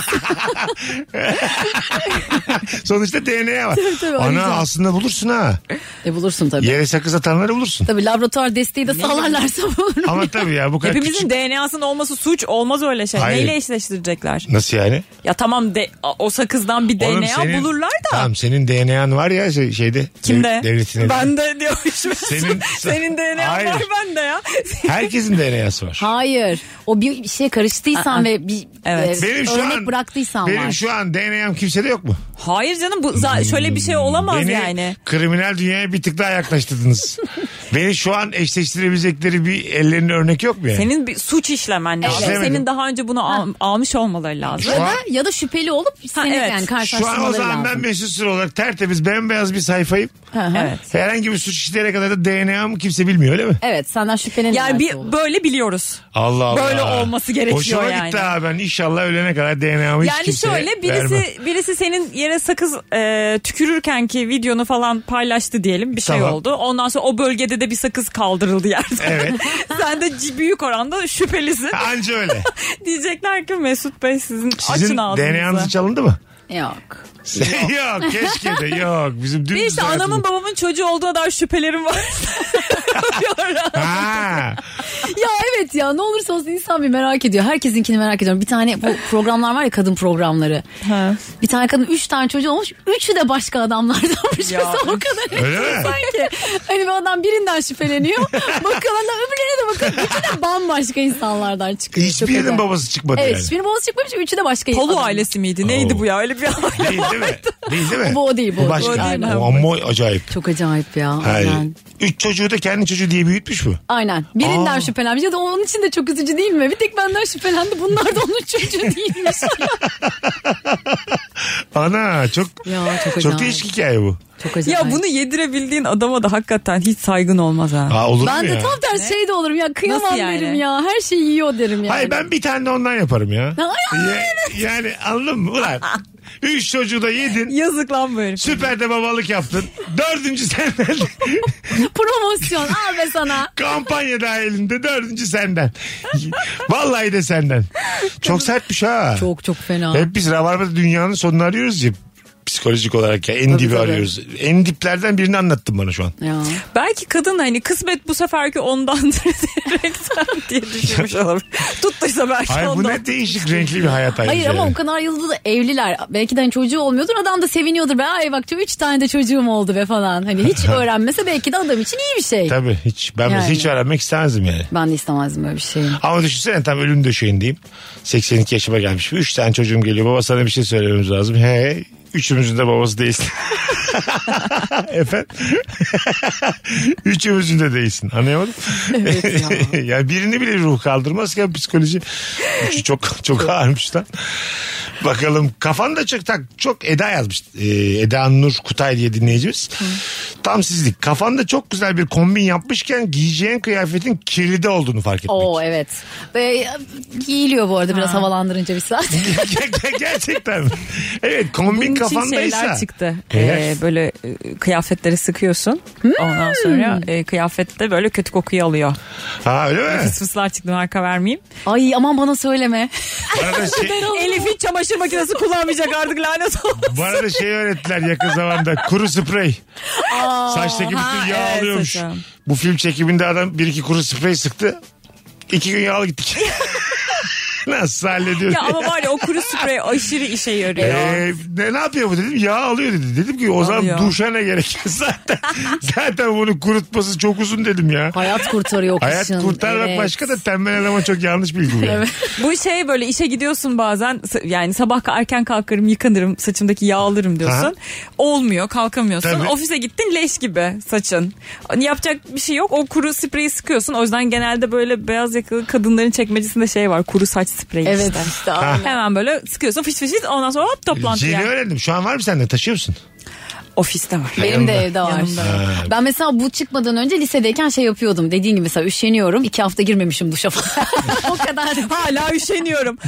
Speaker 3: Sonuçta DNA var.
Speaker 4: Tabii, tabii,
Speaker 3: Ana
Speaker 4: arayacağım.
Speaker 3: aslında bulursun ha.
Speaker 4: e bulursun tabii.
Speaker 3: Yere sakız atanları bulursun.
Speaker 4: Tabii laboratuvar desteği de sağlarlarsa bulurum.
Speaker 3: Ama tabii ya bu kadar
Speaker 5: Hepimizin
Speaker 3: küçük.
Speaker 5: DNA'sının olması suç olmaz öyle şey.
Speaker 3: Hayır.
Speaker 5: Neyle eşleştirecekler?
Speaker 3: Nasıl yani?
Speaker 5: Ya tamam de, o sakızdan bir
Speaker 3: Oğlum
Speaker 5: DNA
Speaker 3: senin-
Speaker 5: bulurlar da.
Speaker 3: Tamam senin DNA'n var ya şey- şeyde.
Speaker 5: Kimde?
Speaker 3: dev- Devletinde.
Speaker 5: Bende diyormuşum.
Speaker 3: Senin-
Speaker 5: Senin, senin DNA
Speaker 3: Hayır.
Speaker 5: var bende ya.
Speaker 3: Herkesin DNA'sı var.
Speaker 4: Hayır. O bir şeye karıştıysan
Speaker 5: Aa.
Speaker 4: ve bir
Speaker 5: Evet.
Speaker 4: e, örnek bıraktıysan
Speaker 3: benim
Speaker 4: var.
Speaker 3: şu an DNA'm kimsede yok mu?
Speaker 5: Hayır canım bu za- şöyle bir şey olamaz
Speaker 3: Beni
Speaker 5: yani.
Speaker 3: kriminal dünyaya bir tık daha yaklaştırdınız. Beni şu an eşleştirebilecekleri bir ellerinde örnek yok mu yani?
Speaker 5: Senin bir suç işlemen lazım.
Speaker 3: İşlemedim.
Speaker 5: Senin daha önce bunu al- almış olmaları lazım.
Speaker 3: Şu
Speaker 4: Ya
Speaker 3: an-
Speaker 4: da, ya da şüpheli olup seni
Speaker 5: evet.
Speaker 4: yani
Speaker 3: Şu an o
Speaker 4: karşılaştırmaları
Speaker 3: zaman
Speaker 4: lazım.
Speaker 3: ben Mesut Süre olarak tertemiz bembeyaz bir sayfayım.
Speaker 5: Evet.
Speaker 3: Herhangi bir suç işleyene kadar da DNA'mı kimse bilmiyor öyle mi?
Speaker 4: Evet senden şüphelenin
Speaker 5: Yani
Speaker 4: bir...
Speaker 5: bir, böyle biliyoruz.
Speaker 3: Allah Allah.
Speaker 5: Böyle olması gerekiyor
Speaker 3: Hoşuma
Speaker 5: yani.
Speaker 3: gitti ha ben inşallah ölene kadar DNA'mı hiç
Speaker 5: Yani
Speaker 3: kimseye
Speaker 5: şöyle birisi
Speaker 3: vermem.
Speaker 5: birisi senin yere sakız e, tükürürken ki videonu falan paylaştı diyelim bir şey
Speaker 3: Tamam.
Speaker 5: oldu. Ondan sonra o bölgede de bir sakız kaldırıldı yerden.
Speaker 3: Evet.
Speaker 5: Sen de c- büyük oranda şüphelisin.
Speaker 3: Anca öyle.
Speaker 5: Diyecekler ki Mesut Bey sizin,
Speaker 3: Sizin
Speaker 5: açın ağzınızı.
Speaker 3: DNA'nız çalındı mı?
Speaker 4: Yok.
Speaker 3: yok keşke de yok. Bizim dün
Speaker 5: Bir işte anamın babamın çocuğu olduğu kadar şüphelerim var.
Speaker 3: Ha.
Speaker 4: Ya evet ya ne olursa olsun insan bir merak ediyor. Herkesinkini merak ediyorum. Bir tane bu programlar var ya kadın programları. Bir tane kadın üç tane çocuğu olmuş. Üçü de başka adamlardanmış.
Speaker 5: Ya.
Speaker 4: Mesela o kadar
Speaker 3: Öyle mi?
Speaker 4: enteresan ki. Hani bir adam birinden şüpheleniyor. Bakalım da öbürlerine de bakın. Üçü de bambaşka insanlardan çıkıyor. Çok
Speaker 3: Hiçbirinin
Speaker 4: acayip.
Speaker 3: babası çıkmadı
Speaker 4: Evet
Speaker 3: yani.
Speaker 4: hiçbirinin babası çıkmamış. Üçü de başka
Speaker 5: Polu
Speaker 4: adam.
Speaker 5: ailesi miydi? Neydi
Speaker 3: Oo.
Speaker 5: bu ya? Öyle bir aile.
Speaker 3: Değil değil mi? Değil değil mi?
Speaker 4: Bu o değil, bu o
Speaker 3: başka.
Speaker 4: değil. Aynen.
Speaker 3: O amma acayip.
Speaker 4: Çok acayip ya.
Speaker 3: Hayır.
Speaker 4: Aynen.
Speaker 3: Üç çocuğu da kendi çocuğu diye büyütmüş mü?
Speaker 4: Aynen. Birinden
Speaker 3: Aa.
Speaker 4: şüphelenmiş. Ya da onun için de çok üzücü değil mi? Bir tek benden şüphelendi. Bunlar da onun çocuğu değilmiş.
Speaker 3: Ana çok
Speaker 4: Ya, çok
Speaker 3: çok
Speaker 4: acayip.
Speaker 3: değişik hikaye bu.
Speaker 4: Çok acayip.
Speaker 5: ya bunu yedirebildiğin adama da hakikaten hiç saygın olmaz ha.
Speaker 3: Aa, olur
Speaker 4: Ben
Speaker 3: mu
Speaker 4: de
Speaker 3: ya?
Speaker 4: tam tersi şey de olurum ya kıyamam
Speaker 5: Nasıl yani?
Speaker 4: derim ya her şeyi yiyor derim yani.
Speaker 3: Hayır ben bir tane de ondan yaparım ya.
Speaker 4: Ay,
Speaker 3: Ya- yani anladın mı? Ulan üç çocuğu da yedin.
Speaker 5: Yazık lan böyle.
Speaker 3: Süper de babalık yaptın. Dördüncü senden.
Speaker 4: Promosyon al be sana.
Speaker 3: Kampanya da elinde. Dördüncü senden. Vallahi de senden. Çok sertmiş ha.
Speaker 4: Çok çok fena.
Speaker 3: Hep biz Rabarba'da dünyanın sonunu arıyoruz ya. Psikolojik olarak ya. En dibi
Speaker 4: tabii.
Speaker 3: arıyoruz. En diplerden birini anlattın bana şu an.
Speaker 4: Ya.
Speaker 5: Belki kadın hani kısmet bu seferki ondandır direkten diye düşünmüş olabilir. Tuttuysa belki
Speaker 3: Hayır bu
Speaker 5: ondan.
Speaker 3: ne değişik renkli bir hayat ayrıca.
Speaker 4: Hayır ama
Speaker 3: yani.
Speaker 4: o kadar yılda da evliler. Belki de hani çocuğu olmuyordur. Adam da seviniyordur. Be ay bak çok üç tane de çocuğum oldu be falan. Hani hiç öğrenmese belki de adam için iyi bir şey.
Speaker 3: Tabii hiç. Ben mesela
Speaker 4: Yani.
Speaker 3: hiç öğrenmek istemezdim yani.
Speaker 4: Ben de istemezdim böyle bir şeyi.
Speaker 3: Ama düşünsene tam ölüm döşeğindeyim. 82 yaşıma gelmiş. Üç tane çocuğum geliyor. Baba sana bir şey söylememiz lazım. He. Üçümüzün de babası değilsin. Efendim? Üçümüzün de değilsin. Anlayamadım. ya. birini bile ruh kaldırmaz ki ya psikoloji. Üçü çok çok ağırmış lan. Bakalım kafanda çok tak çok Eda yazmış. Ee, Eda Nur Kutay diye dinleyicimiz. Tam sizlik. Kafanda çok güzel bir kombin yapmışken giyeceğin kıyafetin kirlide olduğunu fark etmek.
Speaker 4: Oo evet. Ve giyiliyor bu arada biraz havalandırınca bir saat.
Speaker 3: Ger- ger- Gerçekten. mi? Evet kombin
Speaker 5: Bunun için
Speaker 3: kafandaysa.
Speaker 5: şeyler çıktı.
Speaker 3: Eğer-
Speaker 5: Ee, böyle e, kıyafetleri sıkıyorsun.
Speaker 4: Hmm.
Speaker 5: Ondan sonra e, kıyafette böyle kötü kokuyu alıyor.
Speaker 3: Ha öyle mi?
Speaker 5: Fıs fıslar çıktı marka vermeyeyim.
Speaker 4: Ay aman bana söyleme.
Speaker 3: Bana da şey,
Speaker 5: Elif hiç çamaşır makinesi kullanmayacak artık lanet olsun.
Speaker 3: bana da şey öğrettiler yakın zamanda. Kuru sprey. Saçtaki
Speaker 5: ha,
Speaker 3: bütün yağ
Speaker 5: evet,
Speaker 3: alıyormuş.
Speaker 5: saça.
Speaker 3: Bu film çekiminde adam bir iki kuru sprey sıktı. İki gün yağlı gittik. Nasıl hallediyor?
Speaker 5: ya ama var ya o kuru sprey aşırı işe yarıyor.
Speaker 3: Ee, ne, ne yapıyor bu dedim. Yağ alıyor dedi. Dedim ki o zaman
Speaker 5: Alıyor.
Speaker 3: duşa ne gerek? zaten zaten bunu kurutması çok uzun dedim ya.
Speaker 4: Hayat kurtarıyor o
Speaker 3: Hayat
Speaker 4: kışın.
Speaker 3: kurtarmak
Speaker 4: Evet.
Speaker 3: başka da tembel adama çok yanlış bilgi bu. yani.
Speaker 5: Bu şey böyle işe gidiyorsun bazen s- yani sabah erken kalkarım yıkanırım saçımdaki yağ alırım diyorsun.
Speaker 3: Aha.
Speaker 5: Olmuyor kalkamıyorsun.
Speaker 3: Tabii.
Speaker 5: Ofise gittin leş gibi saçın. Yapacak bir şey yok o kuru spreyi sıkıyorsun. O yüzden genelde böyle beyaz yakalı kadınların çekmecesinde şey var kuru saç spreyi
Speaker 4: Evet
Speaker 5: işte.
Speaker 4: işte. aynen.
Speaker 5: Hemen böyle sıkıyorsun fış fış fış ondan sonra hop toplantı
Speaker 3: Yeni
Speaker 5: yani.
Speaker 3: öğrendim. Şu an var mı sende? Taşıyor musun?
Speaker 5: Ofiste var.
Speaker 4: Benim de evde var.
Speaker 5: Yanımda.
Speaker 4: Ben mesela bu çıkmadan önce lisedeyken şey yapıyordum. Dediğin gibi mesela üşeniyorum. iki hafta girmemişim duşa falan. o kadar
Speaker 5: Hala üşeniyorum.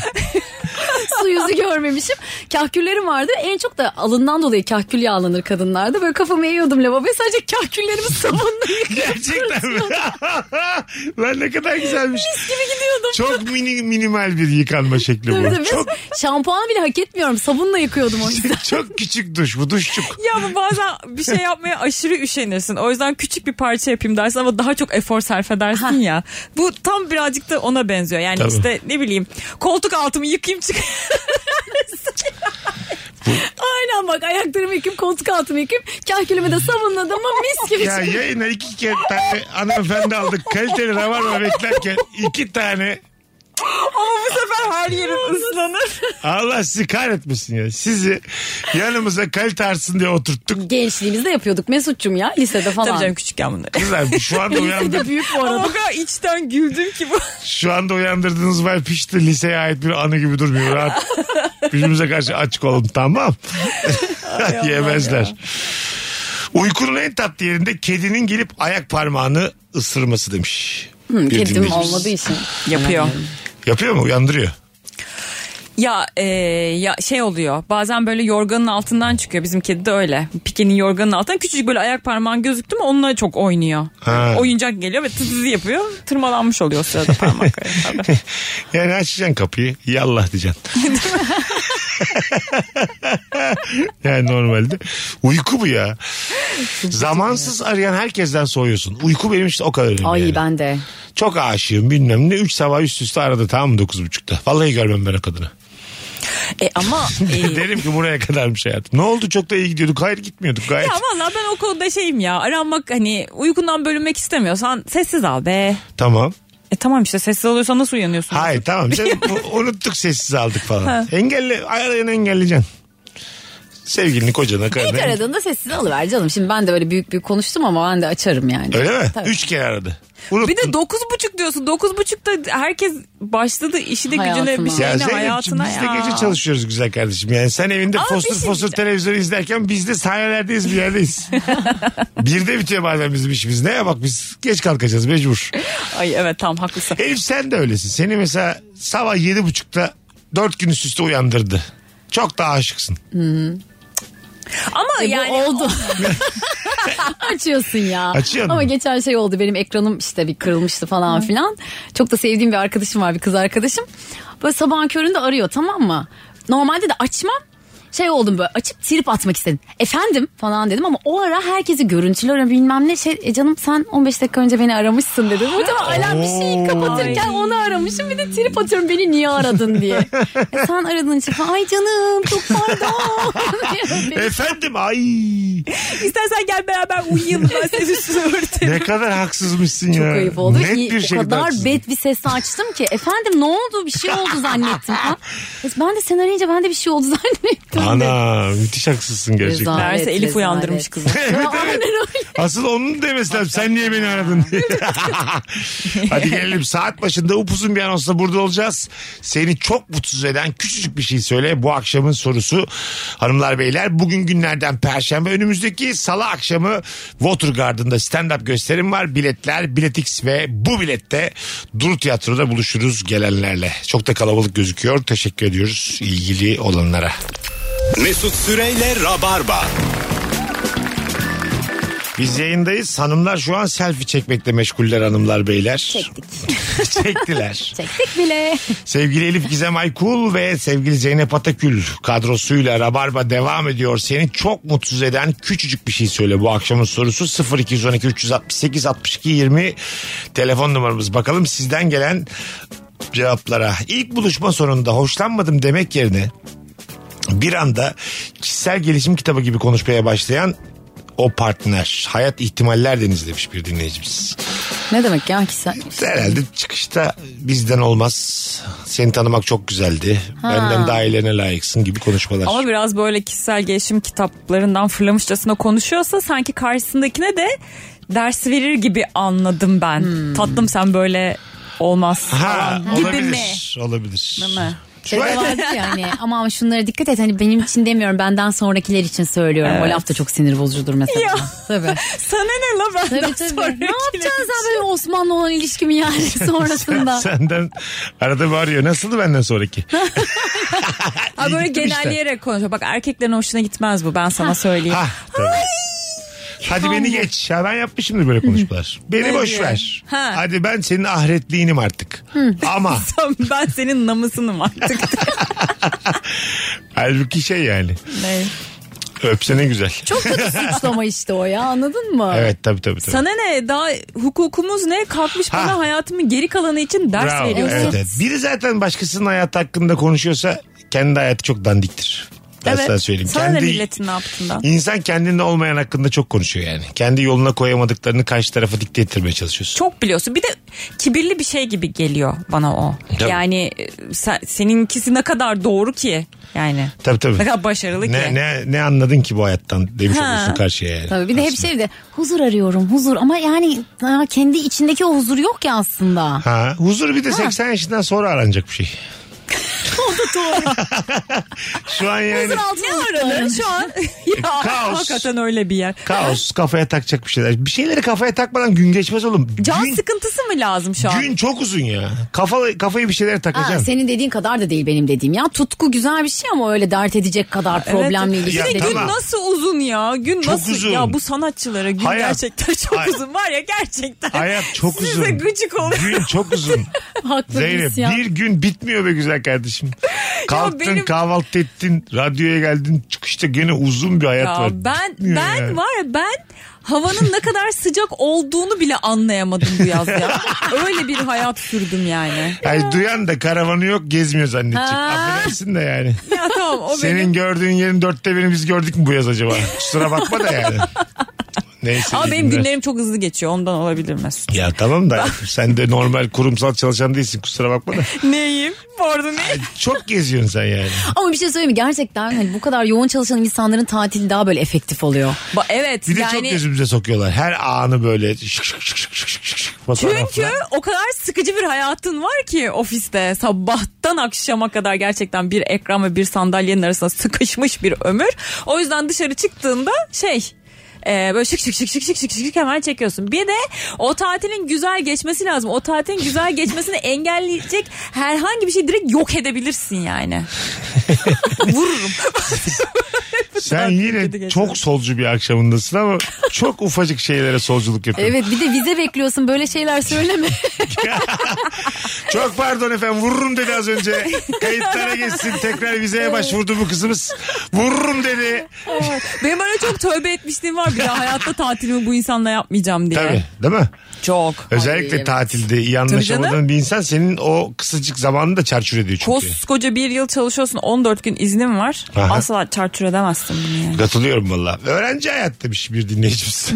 Speaker 4: su yüzü görmemişim. Kahküllerim vardı. En çok da alından dolayı kahkül yağlanır kadınlarda. Böyle kafamı eğiyordum lavaboya. Sadece kahküllerimi sabunla yıkıyordum.
Speaker 3: Gerçekten mi? Lan ne kadar güzelmiş.
Speaker 4: gibi gidiyordum.
Speaker 3: Çok mini, minimal bir yıkanma şekli
Speaker 4: Tabii
Speaker 3: bu.
Speaker 4: tabii.
Speaker 3: Çok,
Speaker 4: Şampuan bile hak etmiyorum. Sabunla yıkıyordum o yüzden.
Speaker 3: çok küçük duş bu duşçuk.
Speaker 5: Ya bu bazen bir şey yapmaya aşırı üşenirsin. O yüzden küçük bir parça yapayım dersin ama daha çok efor sarf edersin ya. Bu tam birazcık da ona benziyor. Yani
Speaker 3: Tabii.
Speaker 5: işte ne bileyim koltuk altımı yıkayayım çık.
Speaker 4: Aynen bak ayaklarımı yıkayıp koltuk altımı yıkayıp kahkülümü de sabunladım ama mis gibi
Speaker 3: Ya
Speaker 4: çıkıyor.
Speaker 3: yayına iki ke- tane hanımefendi aldık. Kaliteli rabarba beklerken iki tane
Speaker 5: Ama bu sefer her yerin ıslanır.
Speaker 3: Allah sizi kahretmesin ya. Sizi yanımıza kalite artsın diye oturttuk.
Speaker 4: Gençliğimizde yapıyorduk Mesut'cum ya lisede falan.
Speaker 5: Tabii canım küçükken bunları.
Speaker 3: Kızlar şu anda uyandı.
Speaker 4: Lisede büyük bu
Speaker 5: Ama
Speaker 4: arada.
Speaker 5: o kadar içten güldüm ki bu.
Speaker 3: Şu anda uyandırdığınız var pişti liseye ait bir anı gibi durmuyor. Rahat. Birbirimize karşı açık olun tamam. Yemezler. Uykunun en tatlı yerinde kedinin gelip ayak parmağını ısırması demiş. Bir
Speaker 4: Hmm, Kedim
Speaker 3: dinleyicimiz.
Speaker 4: olmadığı için.
Speaker 5: Yapıyor.
Speaker 3: Yapıyor mu? Uyandırıyor.
Speaker 5: Ya, e, ya şey oluyor bazen böyle yorganın altından çıkıyor bizim kedi de öyle. Pikenin yorganın altından küçücük böyle ayak parmağın gözüktü mü onunla çok oynuyor.
Speaker 3: Ha.
Speaker 5: Oyuncak geliyor ve tızız yapıyor tırmalanmış oluyor o sırada parmak.
Speaker 3: Yani açacaksın kapıyı. Yallah diyeceksin. yani normalde. Uyku bu ya. Zamansız arayan herkesten soğuyorsun. Uyku benim işte o kadar önemli.
Speaker 4: Ay
Speaker 3: yani.
Speaker 4: ben de.
Speaker 3: Çok aşığım bilmem ne. Üç sabah üst üste aradı tamam mı dokuz buçukta. Vallahi görmem ben o kadını.
Speaker 5: e, ama e,
Speaker 3: Derim ki buraya kadarmış hayatım. Ne oldu çok da iyi gidiyorduk. Hayır gitmiyorduk gayet.
Speaker 5: Ya valla ben o konuda şeyim ya. Aranmak hani uykundan bölünmek istemiyorsan sessiz al be.
Speaker 3: Tamam.
Speaker 5: E tamam işte sessiz alıyorsan nasıl uyanıyorsun?
Speaker 3: Hayır tamam. Sen bu- unuttuk sessiz aldık falan. Engelle, arayan engelleyeceksin. Sevgilini kocana
Speaker 4: İlk
Speaker 3: karına.
Speaker 4: aradığında sessiz alıver canım. Şimdi ben de böyle büyük büyük konuştum ama ben de açarım yani.
Speaker 3: Öyle mi?
Speaker 4: Tabii.
Speaker 3: Üç kere aradı. Unuttun.
Speaker 5: Bir de dokuz buçuk diyorsun. Dokuz buçukta herkes başladı işi de gücüne
Speaker 4: Hayatına.
Speaker 5: bir
Speaker 3: Ya
Speaker 5: şeyine
Speaker 3: Zeynep'ciğim
Speaker 5: hayatına
Speaker 3: biz de
Speaker 5: ya.
Speaker 3: gece çalışıyoruz güzel kardeşim. Yani sen evinde
Speaker 5: Ama bir
Speaker 3: fosur
Speaker 5: şey
Speaker 3: fosur
Speaker 5: diyeceğim.
Speaker 3: televizyonu izlerken biz de sahnelerdeyiz bir yerdeyiz. Birde bitiyor bazen bizim işimiz. Ne ya bak biz geç kalkacağız mecbur.
Speaker 5: Ay evet tamam haklısın.
Speaker 3: Elif sen de öylesin. Seni mesela sabah yedi buçukta dört gün üst üste uyandırdı. Çok daha aşıksın.
Speaker 5: Ama
Speaker 4: E, bu
Speaker 5: yani
Speaker 4: oldu. Açıyorsun ya.
Speaker 3: Açıyorsun
Speaker 4: Ama
Speaker 3: mu?
Speaker 4: geçen şey oldu benim ekranım işte bir kırılmıştı falan filan. Çok da sevdiğim bir arkadaşım var bir kız arkadaşım. Böyle sabahın köründe arıyor tamam mı? Normalde de açmam. Şey oldum böyle açıp trip atmak istedim. Efendim falan dedim ama o ara herkesi görüntülü arıyorum bilmem ne. Şey, "E, canım sen 15 dakika önce beni aramışsın dedim. Hocam alarm bir şeyi kapatırken onu aramışım bir de trip atıyorum beni niye aradın diye. "E, sen aradığın için falan, ay canım çok pardon.
Speaker 3: E
Speaker 4: diye.
Speaker 3: Efendim ay
Speaker 5: istersen gel beraber uyuyalım ben senin üstünü örterim.
Speaker 3: ne kadar haksızmışsın
Speaker 4: Çok
Speaker 3: ya.
Speaker 4: ayıp oldu.
Speaker 3: Net bir
Speaker 4: İyi,
Speaker 3: şey
Speaker 4: o
Speaker 3: şekilde
Speaker 4: kadar
Speaker 3: haksızdın.
Speaker 4: bet bir ses açtım ki. Efendim ne oldu? Bir şey oldu zannettim. Ha? Ben de sen arayınca ben de bir şey oldu zannettim.
Speaker 3: Ana müthiş haksızsın gerçekten.
Speaker 4: Rezalet,
Speaker 5: Meğerse Elif
Speaker 4: rezalet.
Speaker 5: uyandırmış kızı.
Speaker 3: evet, evet. Asıl onun demesi lazım. Sen niye beni aradın diye. Hadi gelelim saat başında upuzun bir anonsla burada olacağız. Seni çok mutsuz eden küçücük bir şey söyle. Bu akşamın sorusu hanımlar beyler. Bugün günlerden perşembe önümüzdeki salı akşamı Watergarden'da stand-up gösterim var. Biletler Biletix ve bu bilette Duru Tiyatro'da buluşuruz gelenlerle. Çok da kalabalık gözüküyor. Teşekkür ediyoruz ilgili olanlara.
Speaker 2: Mesut Süreyle Rabarba.
Speaker 3: Biz yayındayız. Hanımlar şu an selfie çekmekle meşguller hanımlar beyler.
Speaker 4: Çektik.
Speaker 3: Çektiler.
Speaker 4: Çektik bile.
Speaker 3: sevgili Elif Gizem Aykul ve sevgili Zeynep Atakül kadrosuyla Rabarba devam ediyor. Seni çok mutsuz eden küçücük bir şey söyle bu akşamın sorusu 0212 368 62 20 telefon numaramız. Bakalım sizden gelen cevaplara. İlk buluşma sonunda hoşlanmadım demek yerine bir anda kişisel gelişim kitabı gibi konuşmaya başlayan o partner. Hayat ihtimaller deniz demiş bir dinleyicimiz.
Speaker 4: Ne demek ya ki sen?
Speaker 3: Herhalde çıkışta bizden olmaz. Seni tanımak çok güzeldi. Benden daha iyilerine layıksın gibi konuşmalar.
Speaker 5: Ama biraz böyle kişisel gelişim kitaplarından fırlamışçasına konuşuyorsa sanki karşısındakine de ders verir gibi anladım ben.
Speaker 4: Hmm.
Speaker 5: Tatlım sen böyle olmaz.
Speaker 3: ha,
Speaker 5: falan gibi mi?
Speaker 3: olabilir. Olabilir.
Speaker 5: mi?
Speaker 3: Şu
Speaker 4: Şey de
Speaker 3: an-
Speaker 4: vardı yani aman şunlara dikkat et hani benim için demiyorum benden sonrakiler için söylüyorum. O laf da çok sinir bozucudur mesela.
Speaker 5: Ya.
Speaker 4: Tabii.
Speaker 5: Sana ne la
Speaker 4: Tabii
Speaker 5: benden
Speaker 4: tabii. Ne
Speaker 5: sonrakiler
Speaker 4: yapacaksın sen böyle Osmanlı olan ilişkimi yani sonrasında?
Speaker 3: Senden arada bağırıyor. Nasıldı benden sonraki?
Speaker 5: Ha böyle
Speaker 3: Gittim işte.
Speaker 5: genelleyerek konuşuyor. Bak erkeklerin hoşuna gitmez bu ben sana söyleyeyim.
Speaker 3: Ha, tabii. Hadi beni geç. Ya ben yapmışımdır böyle konuşmalar. Beni boş ver.
Speaker 5: Ha.
Speaker 3: Hadi ben senin ahretliğinim artık. Ama
Speaker 5: Tamam, ben senin namısınım artık.
Speaker 3: halbuki şey yani.
Speaker 5: Ne?
Speaker 3: Öpse ne güzel.
Speaker 4: Çok kötü suçlama işte o ya anladın mı?
Speaker 3: Evet tabii tabii. tabii.
Speaker 5: Sana ne daha hukukumuz ne kalkmış
Speaker 3: Ha.
Speaker 5: bana hayatımın geri kalanı için ders
Speaker 3: Bravo.
Speaker 5: veriyorsun.
Speaker 3: Evet, evet. Biri zaten başkasının hayatı hakkında konuşuyorsa kendi hayatı çok dandiktir. Ben
Speaker 5: Evet.
Speaker 3: sana söyleyeyim.
Speaker 5: Sana ne milletin ne yaptığından?
Speaker 3: İnsan kendinde olmayan hakkında çok konuşuyor yani. Kendi yoluna koyamadıklarını karşı tarafa dikte ettirmeye çalışıyorsun.
Speaker 5: Çok biliyorsun. Bir de kibirli bir şey gibi geliyor bana o.
Speaker 3: Tabii.
Speaker 5: Yani e, sen- seninkisi ne kadar doğru ki yani.
Speaker 3: Tabii tabii.
Speaker 5: Ne kadar başarılı ki.
Speaker 3: Ne, ne, ne anladın ki bu hayattan demiş
Speaker 5: Ha.
Speaker 3: olursun karşıya yani.
Speaker 4: Tabii bir de hep
Speaker 3: Aslında.
Speaker 4: şey de huzur arıyorum huzur ama yani aa, kendi içindeki o huzur yok ya aslında.
Speaker 3: Ha, huzur bir de 80 yaşından sonra aranacak bir şey. Şu an yani
Speaker 4: Huzur altına
Speaker 5: Aranır
Speaker 4: aranır.
Speaker 5: şu an. ya,
Speaker 3: Kaos.
Speaker 5: Hakikaten öyle bir yer.
Speaker 3: kaos kafaya takacak bir şeyler. Bir şeyleri kafaya takmadan gün geçmez oğlum.
Speaker 5: Can
Speaker 3: gün,
Speaker 5: sıkıntısı mı lazım şu an?
Speaker 3: gün çok uzun ya. Kafa, kafayı bir şeylere
Speaker 4: Ha,
Speaker 3: takacaksın.
Speaker 4: senin dediğin kadar da değil benim dediğim ya. Tutku güzel bir şey ama öyle dert edecek kadar problemli
Speaker 5: evet.
Speaker 4: ilişki
Speaker 5: Bir de
Speaker 4: değil.
Speaker 5: gün
Speaker 3: tamam.
Speaker 5: nasıl uzun ya? Gün
Speaker 3: Çok
Speaker 5: nasıl?
Speaker 3: uzun.
Speaker 5: Ya bu sanatçılara gün
Speaker 3: Hayat.
Speaker 5: gerçekten çok
Speaker 3: Hayat.
Speaker 5: uzun var ya gerçekten.
Speaker 3: Hayat çok
Speaker 5: Size
Speaker 3: uzun.
Speaker 5: gıcık oluyor.
Speaker 3: Gün çok uzun.
Speaker 4: Haklı
Speaker 3: Zeynep
Speaker 4: biz ya.
Speaker 3: bir gün bitmiyor be güzel kardeşim. Kalktın
Speaker 5: benim-
Speaker 3: kahvaltı ettin radyoya geldin çıkışta gene uzun bir hayat
Speaker 5: Ya
Speaker 3: var.
Speaker 5: ben
Speaker 3: Bitmiyor
Speaker 5: ben
Speaker 3: ya.
Speaker 5: var ya ben havanın ne kadar sıcak olduğunu bile anlayamadım bu yaz ya. Öyle bir hayat sürdüm yani.
Speaker 3: Yani duyan da karavanı yok gezmiyor zannedecek.
Speaker 5: Ha.
Speaker 3: Affedersin de yani.
Speaker 5: Ya tamam o
Speaker 3: Senin
Speaker 5: benim.
Speaker 3: gördüğün yerin dörtte birini biz gördük mü bu yaz acaba? Kusura bakma da yani. Neyse.
Speaker 5: Ama
Speaker 3: iyi
Speaker 5: benim
Speaker 3: günler.
Speaker 5: günlerim çok hızlı geçiyor ondan olabilir Mesut.
Speaker 3: Ya tamam da sen de normal kurumsal çalışan değilsin kusura bakma da.
Speaker 5: Neyim? Bu arada neyim?
Speaker 3: Çok geziyorsun sen yani.
Speaker 4: Ama bir şey söyleyeyim mi? Gerçekten hani bu kadar yoğun çalışan insanların tatili daha böyle efektif oluyor.
Speaker 5: Ba- evet
Speaker 3: Bir de çok
Speaker 5: yani
Speaker 3: gözümüze sokuyorlar. Her anı böyle şık şık şık şık şık şık şık şık fotoğraflar.
Speaker 5: çünkü o kadar sıkıcı bir hayatın var ki ofiste sabahtan akşama kadar gerçekten bir ekran ve bir sandalyenin arasında sıkışmış bir ömür. O yüzden dışarı çıktığında şey e, böyle şık şık şık şık şık şık şık hemen çekiyorsun. Bir de o tatilin güzel geçmesi lazım. O tatilin güzel geçmesini engelleyecek herhangi bir şey direkt yok edebilirsin yani. Vururum.
Speaker 3: Sen
Speaker 5: Çok kötü
Speaker 3: yine
Speaker 5: geçti.
Speaker 3: çok solcu bir akşamındasın ama çok ufacık şeylere solculuk yapıyorsun.
Speaker 4: Evet bir de vize bekliyorsun böyle şeyler söyleme.
Speaker 3: Çok pardon efendim vururum dedi az önce. Kayıtlara geçsin tekrar vizeye başvurdu bu kızımız. Vururum dedi.
Speaker 5: Benim böyle çok tövbe etmişliğim var. Bir daha hayatta tatilimi bu insanla yapmayacağım diye.
Speaker 3: Tabii değil mi?
Speaker 5: Çok.
Speaker 3: Özellikle
Speaker 4: evet.
Speaker 3: tatilde iyi anlaşamadığın
Speaker 5: canım.
Speaker 3: bir insan senin o kısacık zamanını da çarçur ediyor çünkü.
Speaker 5: Koskoca bir yıl çalışıyorsun 14 gün iznim var.
Speaker 3: Aha.
Speaker 5: Asla çarçur edemezsin bunu yani.
Speaker 3: Katılıyorum valla. Öğrenci hayat demiş bir dinleyicimiz.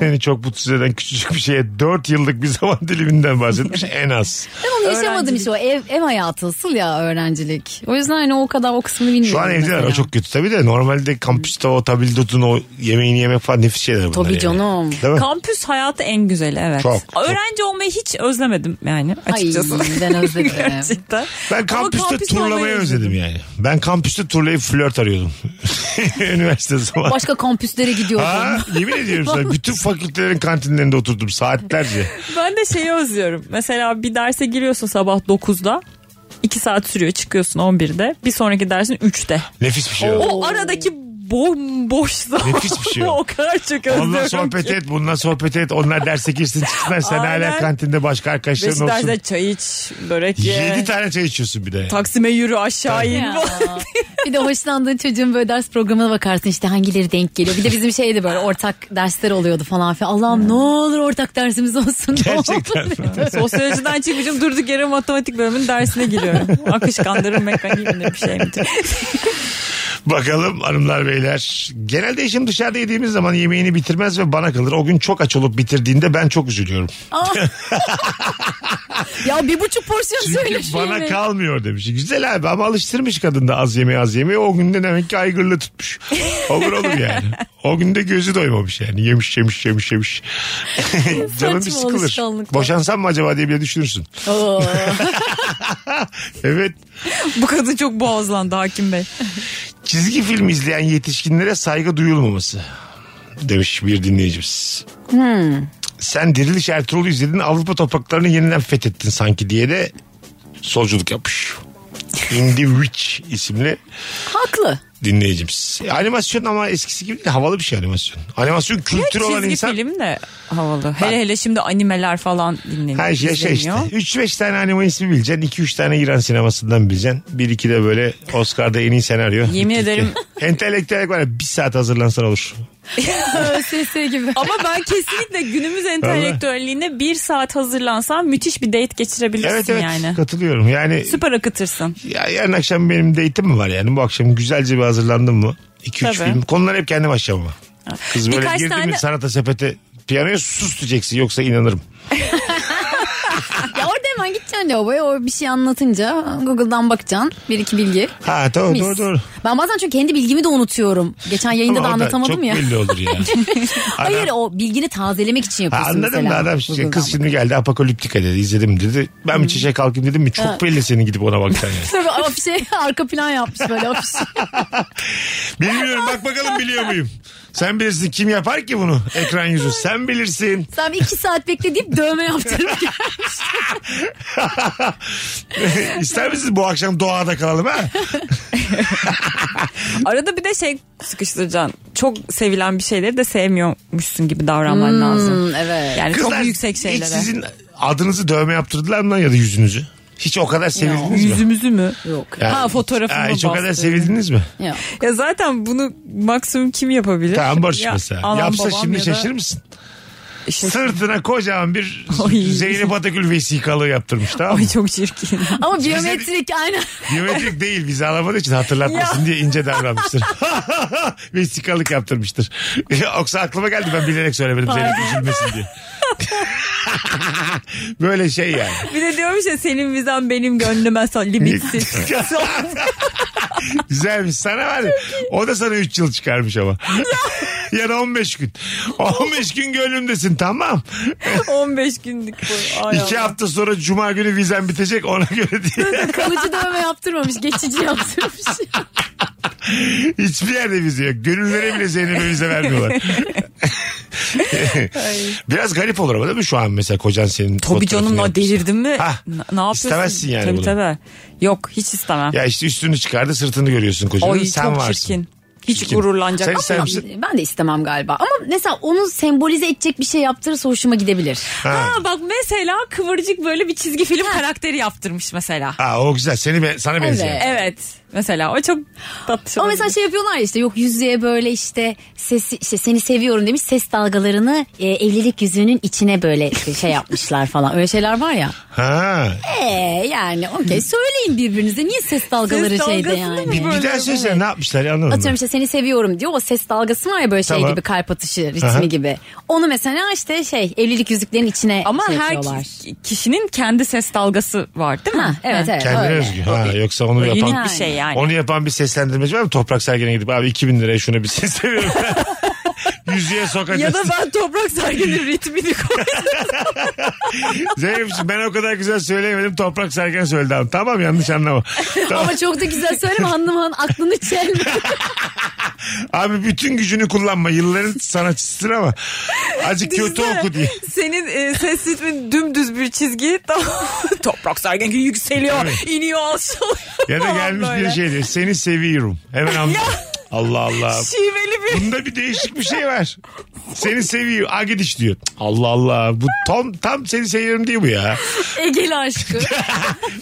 Speaker 3: Seni çok mutsuz eden küçücük bir şeye 4 yıllık bir zaman diliminden bahsetmiş en az.
Speaker 4: Ben onu yaşamadım
Speaker 5: Öğrencilik.
Speaker 4: işte o ev, ev hayatı asıl ya öğrencilik. O yüzden hani o kadar o kısmını bilmiyorum.
Speaker 3: Şu an evdeler
Speaker 4: mesela.
Speaker 3: o çok kötü tabii de normalde kampüste o tabildotun o yemeğini yemek falan nefis şeyler bunlar.
Speaker 4: Tabii
Speaker 3: yani.
Speaker 4: canım.
Speaker 3: Değil mi?
Speaker 5: Kampüs hayatı en güzeli evet.
Speaker 3: Çok, çok.
Speaker 5: Öğrenci olmayı hiç özlemedim yani
Speaker 4: Ay
Speaker 5: açıkçası.
Speaker 4: ben özledim.
Speaker 5: Gerçekten.
Speaker 3: Ben
Speaker 5: Ama
Speaker 3: kampüste
Speaker 5: kampüs
Speaker 3: turlamayı
Speaker 5: olmayı
Speaker 3: özledim yani. Ben kampüste turlayıp flört arıyordum. Üniversite zamanı.
Speaker 4: Başka kampüslere
Speaker 3: Ha,
Speaker 4: gidiyordum.
Speaker 3: yemin ediyorum sana bütün fakültelerin kantinlerinde oturdum saatlerce.
Speaker 5: Ben de şeyi özlüyorum. Mesela bir derse giriyorsun sabah 9'da. 2 saat sürüyor çıkıyorsun 11'de. Bir sonraki dersin 3'te.
Speaker 3: Nefis bir şey o.
Speaker 5: O aradaki bomboş zaman.
Speaker 3: Nefis bir şey o.
Speaker 5: o kadar çok özlüyorum.
Speaker 3: Onunla sohbet
Speaker 5: ki.
Speaker 3: et, bununla sohbet et. Onlar derse girsin çıksınlar. Sen
Speaker 5: Aynen.
Speaker 3: hala kantinde başka arkadaşların olsun.
Speaker 5: Beşiktaş'ta çay iç, börek ye.
Speaker 3: 7 tane çay içiyorsun bir de.
Speaker 5: Taksim'e yürü aşağı in.
Speaker 4: Ya. bir de hoşlandığın çocuğun böyle ders programına bakarsın işte hangileri denk geliyor. Bir de bizim şeydi böyle ortak dersler oluyordu falan filan. Allah'ım ne olur ortak dersimiz olsun. ne olur.
Speaker 3: Gerçekten.
Speaker 5: Sosyolojiden çıkmışım durduk yere matematik bölümünün dersine giriyorum. Akışkanların mekaniğinde bir şey midir?
Speaker 3: Bakalım hanımlar beyler. Genelde eşim dışarıda yediğimiz zaman yemeğini bitirmez ve bana kalır. O gün çok aç olup bitirdiğinde ben çok üzülüyorum.
Speaker 4: ya bir buçuk porsiyon söyle
Speaker 5: şey
Speaker 3: Çünkü
Speaker 4: şu
Speaker 3: bana
Speaker 4: yemeği.
Speaker 3: kalmıyor demiş. Güzel abi ama alıştırmış kadın da az yemeği az yemeği. O günde demek ki aygırlı tutmuş. Olur olur yani. O günde gözü doymamış yani. Yemiş yemiş yemiş yemiş. Canım bir
Speaker 4: Saçma
Speaker 3: sıkılır.
Speaker 4: alışkanlıklar.
Speaker 3: Boşansam mı acaba diye bile düşünürsün.
Speaker 4: Oo.
Speaker 3: Evet.
Speaker 5: Bu kadın çok boğazlandı Hakim Bey.
Speaker 3: Çizgi film izleyen yetişkinlere saygı duyulmaması demiş bir dinleyicimiz.
Speaker 5: Hmm.
Speaker 3: Sen Diriliş Ertuğrul'u izledin Avrupa topraklarını yeniden fethettin sanki diye de solculuk yapmış. In the Witch isimli
Speaker 4: Haklı.
Speaker 3: dinleyicimiz. E, Animasyon ama eskisi gibi değil, havalı bir şey animasyon. Animasyon kültür olan
Speaker 5: Çizgi
Speaker 3: insan
Speaker 5: film de havalı. Hele hele şimdi animeler falan dinleniyor.
Speaker 3: her şey şey işte.
Speaker 5: izleniyor.
Speaker 3: 3-5 tane anime ismi bileceksin. 2-3 tane İran sinemasından bileceksin. 1-2 de böyle Oscar'da en iyi senaryo.
Speaker 5: Yemin ederim.
Speaker 3: Entelektüel olarak bir saat hazırlansan olur.
Speaker 4: ÖSS gibi.
Speaker 5: Ama ben kesinlikle günümüz entelektüelliğine bir saat hazırlansam müthiş bir date geçirebilirsin
Speaker 3: Evet evet
Speaker 5: yani.
Speaker 3: katılıyorum. Yani
Speaker 5: Süper akıtırsın.
Speaker 3: ya, yarın akşam benim date'im mi var yani? Bu akşam güzelce bir hazırlandım mı? 2-3
Speaker 5: Tabii.
Speaker 3: film. Konuları hep kendim açacağım ama. Kız böyle
Speaker 5: Birkaç
Speaker 3: girdi mi
Speaker 5: tane-
Speaker 3: sanata sepete piyanoya sus diyeceksin yoksa inanırım.
Speaker 4: ya orada hemen gideceksin lavaboya o bir şey anlatınca Google'dan bakacaksın bir iki bilgi.
Speaker 3: Ha tamam
Speaker 4: Mis.
Speaker 3: doğru doğru.
Speaker 4: Ben bazen çünkü kendi bilgimi de unutuyorum. Geçen yayında
Speaker 3: Ama
Speaker 4: da
Speaker 3: o da
Speaker 4: anlatamadım
Speaker 3: çok
Speaker 4: ya.
Speaker 3: belli olur ya.
Speaker 4: Hayır o bilgini tazelemek için
Speaker 3: Ha,
Speaker 4: yapıyorsun
Speaker 3: anladım da
Speaker 4: mesela.
Speaker 3: adam şimdi,
Speaker 4: Google'dan
Speaker 3: kız şimdi geldi apokaliptika dedi izledim dedi. Ben
Speaker 4: Hmm.
Speaker 3: bir çiçek kalkayım dedim mi çok belli senin gidip ona baksan yani.
Speaker 4: Tabii afişe arka plan yapmış böyle şey. afiş.
Speaker 3: Bilmiyorum bak bakalım biliyor muyum? Sen bilirsin kim yapar ki bunu ekran yüzü sen bilirsin.
Speaker 4: Sen bir iki saat bekle deyip dövme yaptırıp gel.
Speaker 3: İster misiniz bu akşam doğada kalalım ha?
Speaker 5: Arada bir de şey sıkıştıracaksın. Çok sevilen bir şeyleri de sevmiyormuşsun gibi davranman lazım.
Speaker 4: Hmm, evet.
Speaker 5: Yani
Speaker 3: Kızlar
Speaker 5: çok E, yüksek
Speaker 3: Hiç
Speaker 5: şeylere.
Speaker 3: sizin adınızı dövme yaptırdılar mı lan ya da yüzünüzü? Hiç o kadar sevildiniz mi?
Speaker 5: Yüzümüzü mü?
Speaker 4: Yok.
Speaker 3: Yani-
Speaker 5: ha fotoğrafımı
Speaker 3: Ha, hiç o kadar
Speaker 5: bastı.
Speaker 3: sevildiniz mi?
Speaker 4: Yok.
Speaker 5: Ya zaten bunu maksimum kim yapabilir?
Speaker 3: Tamam Barış
Speaker 5: Ya
Speaker 3: mesela.
Speaker 5: anam,
Speaker 3: Yapsa
Speaker 5: babam
Speaker 3: şimdi
Speaker 5: ya da-
Speaker 3: şaşırır mısın? Sırtına kocaman bir
Speaker 5: Ay.
Speaker 3: Zeynep Atakül vesikalığı yaptırmış tamam mı?
Speaker 5: Ay çok çirkin.
Speaker 4: Ama biyometrik aynen.
Speaker 3: Biyometrik değil bizi alamadığı için hatırlatmasın diye ince davranmıştır. Vesikalık yaptırmıştır. Yoksa aklıma geldi ben bilerek söylemedim Zeynep üzülmesin diye. Böyle şey yani.
Speaker 5: bir de diyormuş ya senin vizen benim gönlüme son limitsiz.
Speaker 3: Güzelmiş sana var ya. O da sana 3 yıl çıkarmış ama. yani 15 gün. 15 gün gönlümdesin tamam.
Speaker 5: 15 günlük bu. Ay
Speaker 3: 2
Speaker 5: Allah.
Speaker 3: hafta sonra cuma günü vizen bitecek ona göre diye.
Speaker 4: Kalıcı dövme yaptırmamış. Geçici yaptırmış.
Speaker 3: Hiçbir yerde vize yok. Gönüllere bile Zeynep'e vize vermiyorlar. Biraz garip olur ama değil mi şu an mesela kocan senin
Speaker 5: Tabii canım
Speaker 3: fotoğrafını
Speaker 5: na delirdin mi?
Speaker 3: Hah,
Speaker 5: N- ne yapıyorsun?
Speaker 3: istemezsin yani
Speaker 5: Tabii
Speaker 3: bunu.
Speaker 5: tabii. Yok hiç istemem.
Speaker 3: Ya işte üstünü çıkardı sırtını görüyorsun kocanın.
Speaker 5: Ay
Speaker 3: sen
Speaker 5: çok
Speaker 3: varsın.
Speaker 5: çirkin. Hiç
Speaker 3: Çirkin.
Speaker 5: gururlanacak.
Speaker 3: Sen
Speaker 5: Ama
Speaker 3: ister misin?
Speaker 4: ben de istemem galiba. Ama mesela onu sembolize edecek bir şey yaptırırsa hoşuma gidebilir.
Speaker 3: Ha.
Speaker 5: Ha bak mesela kıvırcık böyle bir çizgi film karakteri yaptırmış mesela.
Speaker 3: Ha, o güzel. Seni be- sana benziyor.
Speaker 4: Evet.
Speaker 5: Evet. Mesela o çok tatlı.
Speaker 4: Ama mesela şey yapıyorlar ya işte yok yüzüğe böyle işte sesi işte seni seviyorum demiş ses dalgalarını e, evlilik yüzüğünün içine böyle şey yapmışlar falan. Öyle şeyler var ya.
Speaker 3: Ha.
Speaker 4: E yani okey söyleyin birbirinize niye ses dalgaları
Speaker 5: Ses
Speaker 4: şeyde
Speaker 5: dalgasını
Speaker 4: yani.
Speaker 5: mı
Speaker 3: Bir daha söylesene ne yapmışlar ya anlamadım.
Speaker 4: Atıyorum işte seni seviyorum diyor. O ses dalgası var ya böyle şey
Speaker 3: Tamam.
Speaker 4: gibi kalp atışı ritmi
Speaker 3: Aha.
Speaker 4: gibi. Onu mesela işte şey evlilik yüzüklerinin içine
Speaker 5: Ama
Speaker 4: şey
Speaker 5: her
Speaker 4: yapıyorlar.
Speaker 5: ki- kişinin kendi ses dalgası var değil mi?
Speaker 4: Ha, evet
Speaker 5: Ha.
Speaker 4: evet.
Speaker 3: Kendine
Speaker 4: öyle.
Speaker 3: özgü. Ha, yoksa onu
Speaker 5: Unik
Speaker 3: yapan...
Speaker 5: bir şey yani.
Speaker 3: Onu yapan bir seslendirmeci var mı? Toprak Sergen'e gidip abi 2000 liraya şuna bir sesleniyorum. Yüzüğe
Speaker 5: Ya da
Speaker 3: sokacaksın.
Speaker 5: ben toprak serginin ritmini koydum.
Speaker 3: Zeynep'ciğim ben o kadar güzel söyleyemedim. Toprak Sergen söyledi abi. Tamam yanlış anlama. Tamam.
Speaker 4: Ama çok da güzel söyleme hanım hanım aklını çelme.
Speaker 3: Abi bütün gücünü kullanma. Yılların sanatçısın ama. Azıcık kötü
Speaker 5: Düşünsene.
Speaker 3: oku diye.
Speaker 5: Senin e, ses ritmin dümdüz bir çizgi. toprak sergen yükseliyor, iniyor, alçalıyor.
Speaker 3: Ya da
Speaker 5: falan
Speaker 3: gelmiş
Speaker 5: böyle.
Speaker 3: bir şey diyor. Seni seviyorum. Hemen anladım. Allah Allah.
Speaker 5: Şiveli bir
Speaker 3: Bunda bir değişik bir şey var. Seni seviyor. A gidiş diyor. Allah Allah. Bu tam tam seni seviyorum diyor bu ya.
Speaker 4: Egeli aşkı.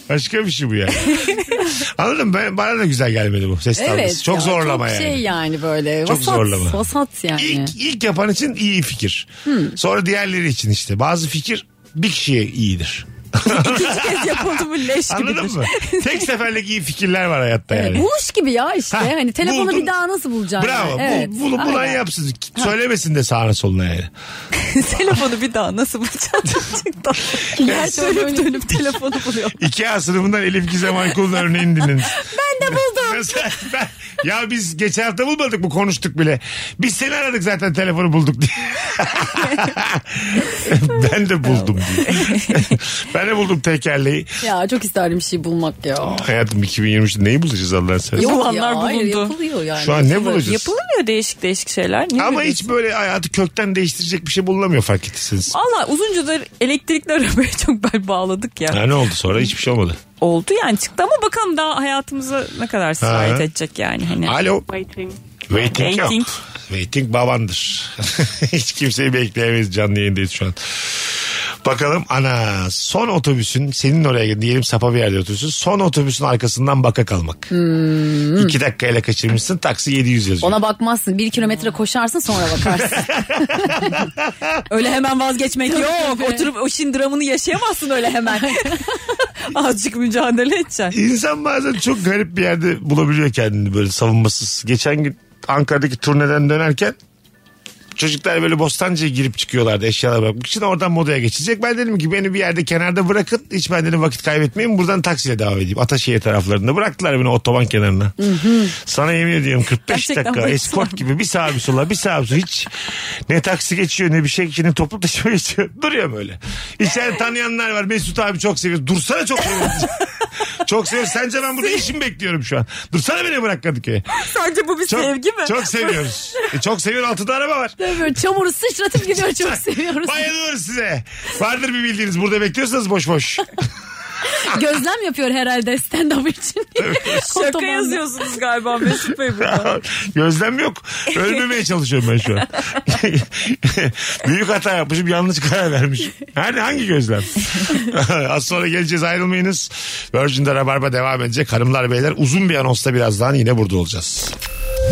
Speaker 3: Başka bir şey bu ya. Anladın mı? Ben, bana da güzel gelmedi bu ses dalgası. Çok
Speaker 4: ya,
Speaker 3: zorlama
Speaker 4: çok
Speaker 3: yani.
Speaker 4: şey yani böyle.
Speaker 3: Çok
Speaker 4: vasat,
Speaker 3: zorlama.
Speaker 4: Vasat yani.
Speaker 3: İlk, ilk yapan için iyi fikir.
Speaker 4: Hmm.
Speaker 3: Sonra diğerleri için işte. Bazı fikir bir kişiye iyidir.
Speaker 5: İkinci kez yapıldı bu leş
Speaker 3: Anladın
Speaker 5: gibidir.
Speaker 3: mı? Tek seferlik iyi fikirler var hayatta yani.
Speaker 4: Buluş gibi ya işte.
Speaker 3: Ha,
Speaker 4: hani telefonu
Speaker 3: buldun.
Speaker 4: bir daha nasıl bulacaksın?
Speaker 3: Bravo.
Speaker 4: yani?
Speaker 3: Bu-
Speaker 4: Evet.
Speaker 3: bu- bulan
Speaker 4: Aynen.
Speaker 3: yapsın. Söylemesin de sağına soluna yani.
Speaker 5: Telefonu bir daha nasıl bulacağız? Çıktı. Yer dönüp dönüp telefonu buluyor.
Speaker 3: İKEA sınıfından Elif Gizem Aykul'un örneğini dinlediniz.
Speaker 4: Ben de buldum.
Speaker 3: Mesela ben- ya biz geçen hafta bulmadık mı konuştuk bile. Biz seni aradık zaten telefonu bulduk diye. ben de buldum diye. ben de buldum tekerleği.
Speaker 4: ya çok isterdim bir şey bulmak ya.
Speaker 3: Hayatım 2023'te neyi bulacağız Allah'ın seversen?
Speaker 4: Yok
Speaker 5: Yapılanlar
Speaker 4: ya, hayır,
Speaker 5: bulundu.
Speaker 4: yapılıyor yani.
Speaker 3: Şu an ne
Speaker 4: Yapılıyor.
Speaker 3: bulacağız?
Speaker 5: Yapılmıyor değişik değişik şeyler. Niye
Speaker 3: Ama
Speaker 5: böyle?
Speaker 3: hiç böyle hayatı kökten değiştirecek bir şey bulunamıyor fark ettiyseniz.
Speaker 5: Allah uzuncadır elektrikli arabaya çok bel bağladık ya.
Speaker 3: Ha, ne oldu sonra hiçbir şey olmadı.
Speaker 5: Oldu yani çıktı ama bakalım daha hayatımıza ne kadar sirayet edecek yani. Hani.
Speaker 3: Alo. Waiting yok.
Speaker 5: Waiting.
Speaker 3: Waiting babandır. Hiç kimseyi bekleyemeyiz canlı yayındayız şu an. Bakalım ana son otobüsün senin oraya gidin diyelim sapa bir yerde oturuyorsun. Son otobüsün arkasından baka kalmak.
Speaker 5: Hmm.
Speaker 3: İki dakikayla kaçırmışsın taksi 700 yazıyor.
Speaker 4: Ona bakmazsın. Bir kilometre koşarsın sonra bakarsın.
Speaker 5: Öyle hemen vazgeçmek yok. Oturup o şindramını yaşayamazsın öyle hemen. Azıcık mücadele edeceksin.
Speaker 3: İnsan bazen çok garip bir yerde bulabiliyor kendini böyle savunmasız. Geçen gün Ankara'daki turneden dönerken çocuklar böyle Bostancı'ya girip çıkıyorlardı eşyalar bakmak için. Oradan modaya geçecek. Ben dedim ki beni bir yerde kenarda bırakın. Hiç ben dedim vakit kaybetmeyin. Buradan taksiyle devam edeyim. Ataşehir taraflarında. Bıraktılar beni otoban kenarına. Sana yemin ediyorum 45
Speaker 5: Gerçekten
Speaker 3: dakika
Speaker 5: bu
Speaker 3: eskort gibi bir sağa bir sola bir sağa bir sola. Hiç ne taksi geçiyor ne bir şey geçiyor ne toplu taşıma geçiyor. Duruyorum öyle. İçeride tanıyanlar var. Mesut abi çok seviyor. Dursana çok seviyor. çok seviyor. Sence ben burada işimi bekliyorum şu an. Dursana beni bırak Kadıköy'e.
Speaker 5: Sence bu bir
Speaker 3: Çok,
Speaker 5: sevgi mi?
Speaker 3: Çok seviyoruz. E, çok seviyor altıda araba var.
Speaker 4: Böyle çamuru sıçratıp gidiyor çok seviyoruz.
Speaker 3: Bayılıyoruz size. Vardır bir bildiğiniz burada bekliyorsanız boş boş.
Speaker 4: Gözlem yapıyor herhalde stand-up için.
Speaker 5: Şaka
Speaker 4: Otobanda.
Speaker 5: yazıyorsunuz galiba Mesut Bey burada.
Speaker 3: Gözlem yok. Ölmemeye çalışıyorum ben şu an. Büyük hata yapmışım yanlış karar vermişim. Hani hangi gözlem? Az sonra geleceğiz ayrılmayınız. Virgin'de Rabarba devam edecek. Hanımlar beyler uzun bir anonsta birazdan yine burada olacağız.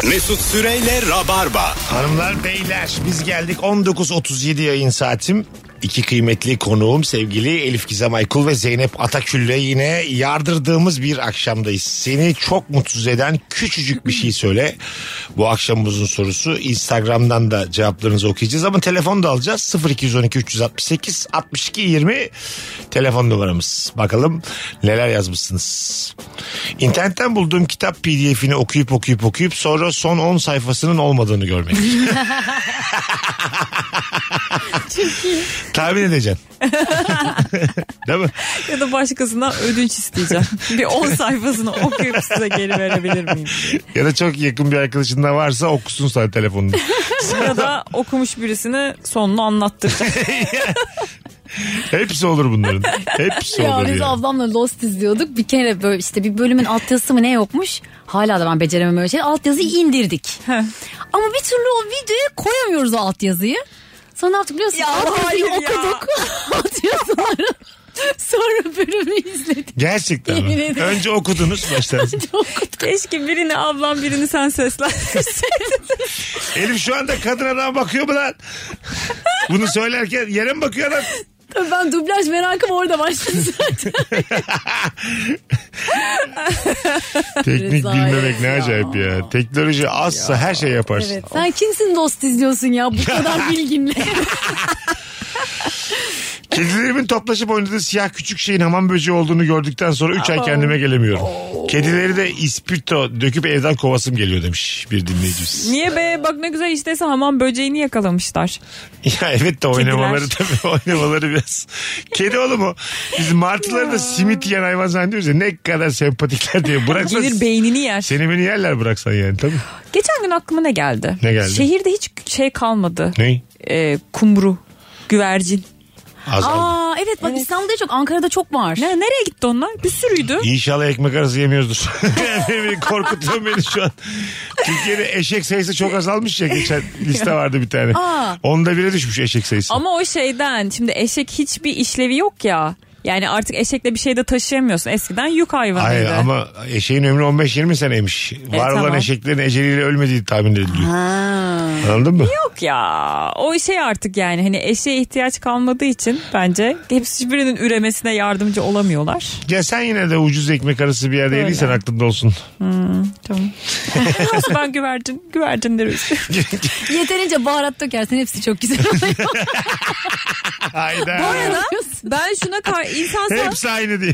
Speaker 2: Mesut Süreyle Rabarba.
Speaker 3: Hanımlar beyler biz geldik 19.37 yayın saatim. İki kıymetli konuğum sevgili Elif Gizem Aykul ve Zeynep Atakül'le yine yardırdığımız bir akşamdayız. Seni çok mutsuz eden küçücük bir şey söyle. Bu akşamımızın sorusu Instagram'dan da cevaplarınızı okuyacağız ama telefon da alacağız. 0212 368 62 20 telefon numaramız. Bakalım neler yazmışsınız. İnternetten bulduğum kitap pdf'ini okuyup okuyup okuyup sonra son 10 sayfasının olmadığını görmek. Tahmin edeceksin. Değil mi?
Speaker 5: ya da başkasından ödünç isteyeceğim. bir 10 sayfasını okuyup size geri verebilir miyim?
Speaker 3: Ya da çok yakın bir arkadaşın da varsa okusun sana telefonunu.
Speaker 5: Ya da okumuş birisini sonunu anlattıracağım.
Speaker 3: Hepsi olur bunların. Hepsi
Speaker 4: Ya
Speaker 3: olur
Speaker 4: biz
Speaker 3: yani.
Speaker 4: ablamla Lost izliyorduk. Bir kere böyle işte bir bölümün altyazısı mı ne yokmuş. Hala da ben beceremem öyle şeyleri. Altyazıyı indirdik. Ama bir türlü o videoya koyamıyoruz o altyazıyı. Sonra ne yaptık biliyor musun?
Speaker 5: Ya
Speaker 4: Altyazıyı
Speaker 5: hayır ya.
Speaker 4: okuduk. Altyazıları. Sonra bölümü izledik.
Speaker 3: Gerçekten
Speaker 4: Yemin
Speaker 3: mi?
Speaker 4: ederim.
Speaker 3: Önce okudunuz baştan.
Speaker 5: Keşke birini ablam birini sen seslendirseydin.
Speaker 3: Elif şu anda kadın adam bakıyor mu lan? Bunu söylerken yere mi bakıyor adam?
Speaker 4: Tabii ben dublaj merakım orada başladı zaten.
Speaker 3: Teknik
Speaker 4: Rezalet
Speaker 3: bilmemek ne
Speaker 4: ya.
Speaker 3: acayip ya. Teknoloji azsa her şey yaparsın.
Speaker 4: Evet. Sen kimsin Lost izliyorsun ya bu kadar bilginle?
Speaker 3: Kedilerimin toplaşıp oynadığı siyah küçük şeyin hamam böceği olduğunu gördükten sonra 3 ay kendime gelemiyorum. Kedileri de ispirto döküp evden kovasım geliyor demiş bir dinleyicimiz.
Speaker 5: Niye be bak ne güzel işteyse hamam böceğini yakalamışlar.
Speaker 3: ya evet de oynamaları tabii oynamaları biraz. Kedi oğlum o. Biz martıları da simit yiyen hayvan zannediyoruz ya ne kadar sempatikler diye. Bıraksan
Speaker 5: Gelir beynini yer.
Speaker 3: seni beni yerler bıraksan yani tabii.
Speaker 5: Geçen gün aklıma ne geldi?
Speaker 3: Ne geldi?
Speaker 5: Şehirde hiç şey kalmadı.
Speaker 3: Ney?
Speaker 5: Ee, kumru, güvercin.
Speaker 3: Azaldı.
Speaker 4: Aa evet bak İstanbul'da çok Ankara'da çok var.
Speaker 5: Ne, nereye gitti onlar? Bir sürüydü.
Speaker 3: İnşallah ekmek arası yemiyoruzdur. yani korkutuyor beni şu an. Türkiye'de eşek sayısı çok azalmış ya. Geçen liste vardı bir tane.
Speaker 4: Aa.
Speaker 3: Onda bire düşmüş eşek sayısı.
Speaker 5: Ama o şeyden şimdi eşek hiçbir işlevi yok ya. Yani artık eşekle bir şey de taşıyamıyorsun. Eskiden yük hayvanıydı.
Speaker 3: Hayır ama eşeğin ömrü 15-20 seneymiş. Var olan
Speaker 5: tamam.
Speaker 3: eşeklerin eceliyle ölmediği tahmin ediliyor. Anladın mı?
Speaker 5: Yok ya. O şey artık yani hani eşeğe ihtiyaç kalmadığı için bence hepsi hiçbirinin üremesine yardımcı olamıyorlar.
Speaker 3: Ya sen yine de ucuz ekmek arası bir yerde
Speaker 5: Öyle.
Speaker 3: yediysen aklında olsun.
Speaker 5: Tamam. Nasıl ben güvercin, güvercinleri üzüyorum.
Speaker 4: Yeterince baharat dökersen hepsi çok güzel oluyor.
Speaker 3: Hayda.
Speaker 5: arada ben şuna kar insan sağ-
Speaker 3: Hepsi aynı diye.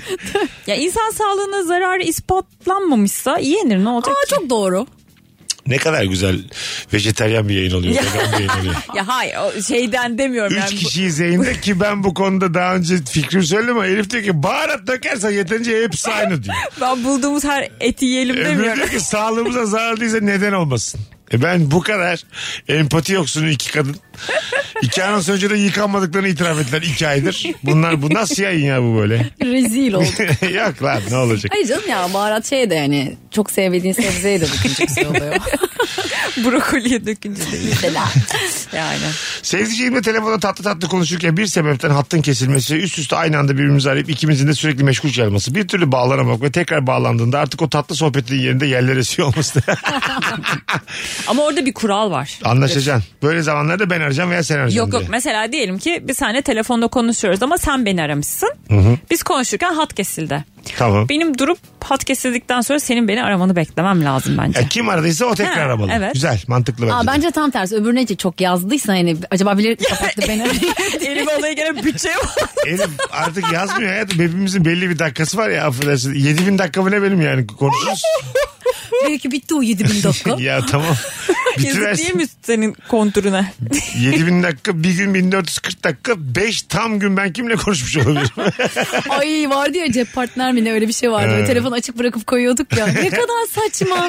Speaker 5: ya insan sağlığına zararı ispatlanmamışsa yenir ne olacak?
Speaker 4: Aa
Speaker 5: ki?
Speaker 4: çok doğru.
Speaker 3: Ne kadar güzel vejeteryan bir yayın oluyor. vegan bir yayın oluyor.
Speaker 5: Ya hayır o şeyden demiyorum
Speaker 3: Üç
Speaker 5: yani. Bu-
Speaker 3: kişiyiz yayında ki ben bu konuda daha önce fikrimi söyledim ama Elif diyor ki baharat dökersen yeterince hepsi aynı diyor.
Speaker 5: Ben bulduğumuz her eti yiyelim
Speaker 3: Öbürü
Speaker 5: demiyorum.
Speaker 3: diyor ki sağlığımıza zararlıysa neden olmasın? E ben bu kadar empati yoksunu iki kadın. İki anons önce de yıkanmadıklarını itiraf ettiler iki aydır. Bunlar bu nasıl yayın ya bu böyle?
Speaker 4: Rezil olduk.
Speaker 3: Yok lan ne olacak?
Speaker 4: Hayır canım ya baharat şey de yani çok sevdiğin sebzeye de bakınca güzel oluyor.
Speaker 5: Brokoliye dökünce değil.
Speaker 4: Mesela.
Speaker 5: Yani.
Speaker 3: Sevdiceğimle telefonda tatlı tatlı konuşurken bir sebepten hattın kesilmesi, üst üste aynı anda birbirimizi arayıp ikimizin de sürekli meşgul çalması, bir türlü bağlanamamak ve tekrar bağlandığında artık o tatlı sohbetin yerinde yerler esiyor olması.
Speaker 5: Ama orada bir kural var.
Speaker 3: Anlaşacaksın. Böyle zamanlarda ben arayacağım veya sen arayacaksın
Speaker 5: Yok yok
Speaker 3: diye.
Speaker 5: mesela diyelim ki biz seninle telefonda konuşuyoruz ama sen beni aramışsın. Biz konuşurken hat kesildi.
Speaker 3: Tamam.
Speaker 5: Benim durup hat kesildikten sonra senin beni aramanı beklemem lazım bence.
Speaker 3: Ya kim aradıysa o tekrar
Speaker 5: Ha,
Speaker 3: aramalı.
Speaker 5: evet.
Speaker 3: Güzel, mantıklı bence.
Speaker 4: Aa,
Speaker 3: de.
Speaker 4: bence tam tersi. Öbürüne çok yazdıysa hani acaba bilerek mi kapattı beni.
Speaker 5: Elime olaya gelen bütçe var.
Speaker 3: Elif artık yazmıyor hayatım. Hepimizin belli bir dakikası var ya affedersin. 7000 dakika mı ne benim yani konuşuruz.
Speaker 4: Belki bitti o 7000 dakika.
Speaker 3: ya tamam.
Speaker 5: Yazık değil
Speaker 3: Bitiversin.
Speaker 5: mi senin kontürüne?
Speaker 3: 7000 dakika bir gün 1440 dakika 5 tam gün ben kimle konuşmuş olabilirim?
Speaker 4: Ay vardı ya cep partner mi ne öyle bir şey vardı. Böyle
Speaker 3: Evet.
Speaker 4: Telefonu açık bırakıp koyuyorduk ya. Ne kadar saçma.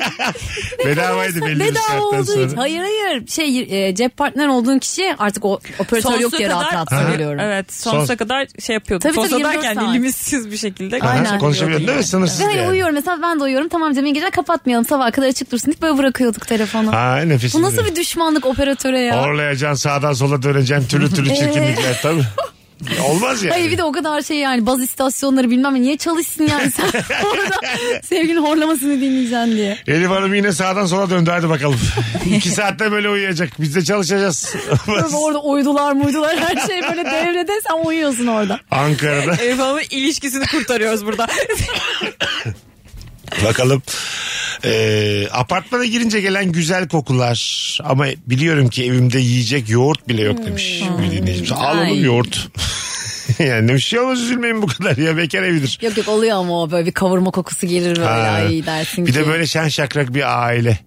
Speaker 4: Ne
Speaker 3: Bedavaydı
Speaker 4: kadar sa-
Speaker 3: belli bir
Speaker 4: Bedava
Speaker 3: saatten
Speaker 4: olduğu için.
Speaker 3: sonra.
Speaker 4: Hayır hayır. Şey e, cep partner olduğun kişi artık o operatör yok diye rahat rahat
Speaker 5: Ha?
Speaker 4: söylüyorum.
Speaker 5: Evet sonsuza
Speaker 3: Son-
Speaker 5: kadar şey yapıyorduk.
Speaker 4: Tabii,
Speaker 5: Tabii,
Speaker 4: tabii,
Speaker 5: Sonsuza
Speaker 4: 24
Speaker 5: derken
Speaker 4: saat.
Speaker 5: limisiz bir şekilde.
Speaker 4: Aynen.
Speaker 3: Aha, Konuşabiliyordun değil mi? Sınırsız
Speaker 4: Ben hani
Speaker 3: yani.
Speaker 4: uyuyorum mesela ben de uyuyorum. Tamam Cem'in gece kapatmayalım. Sabaha kadar açık dursun. Hiç böyle bırakıyorduk telefonu.
Speaker 3: Ha nefis.
Speaker 4: Bu nasıl bir düşmanlık operatöre ya?
Speaker 3: Orlayacaksın sağdan sola döneceksin türlü türlü çirkinlikler tabii. Olmaz ya.
Speaker 4: Hayır bir de o kadar şey yani baz istasyonları bilmem ne niye çalışsın yani sen orada sevgilinin horlamasını dinleyeceksin diye.
Speaker 3: Elif Hanım yine sağdan sola döndü hadi bakalım. İki saatte böyle uyuyacak. Biz de çalışacağız.
Speaker 4: Tabii orada uydular muydular her şey böyle devrede sen uyuyorsun orada.
Speaker 3: Ankara'da.
Speaker 5: Elif Hanım'ın ilişkisini kurtarıyoruz burada.
Speaker 3: Bakalım. Ee, apartmana girince gelen güzel kokular ama biliyorum ki evimde yiyecek yoğurt bile yok demiş bir dinleyicimiz. Al oğlum
Speaker 4: Hmm. Ay.
Speaker 3: yoğurt. yani bir şey olmaz üzülmeyin bu kadar ya bekar evidir.
Speaker 4: Yok yok oluyor ama o böyle bir kavurma kokusu gelir böyle
Speaker 3: Ha.
Speaker 4: ay dersin
Speaker 3: bir
Speaker 4: ki.
Speaker 3: de böyle şen şakrak bir aile.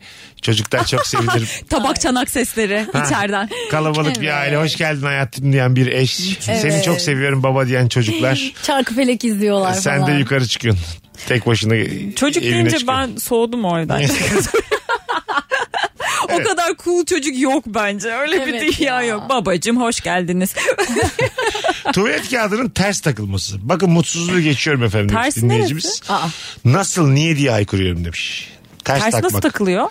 Speaker 3: Çocuklar çok sevinir.
Speaker 5: Tabak çanak sesleri içeriden.
Speaker 3: Kalabalık bir aile. Hoş geldin hayatım diyen bir eş. Seni
Speaker 4: Evet.
Speaker 3: çok seviyorum baba diyen çocuklar.
Speaker 4: Çarkı felek izliyorlar
Speaker 3: Sen de
Speaker 4: falan.
Speaker 3: yukarı çıkıyorsun. Tek başına
Speaker 5: Çocuk
Speaker 3: evine
Speaker 5: deyince
Speaker 3: çıkıyorsun.
Speaker 5: ben soğudum o evden. o kadar cool çocuk yok bence. Öyle
Speaker 4: Evet
Speaker 5: bir dünya
Speaker 4: ya.
Speaker 5: yok. Babacım hoş geldiniz.
Speaker 3: Tuvalet kağıdının ters takılması. Bakın mutsuzluğu geçiyorum efendim demiş
Speaker 5: Ters
Speaker 3: dinleyicimiz.
Speaker 4: Aa.
Speaker 3: Nasıl niye diye haykırıyorum demiş. Ters,
Speaker 5: Ters nasıl
Speaker 3: takmak.
Speaker 5: takılıyor?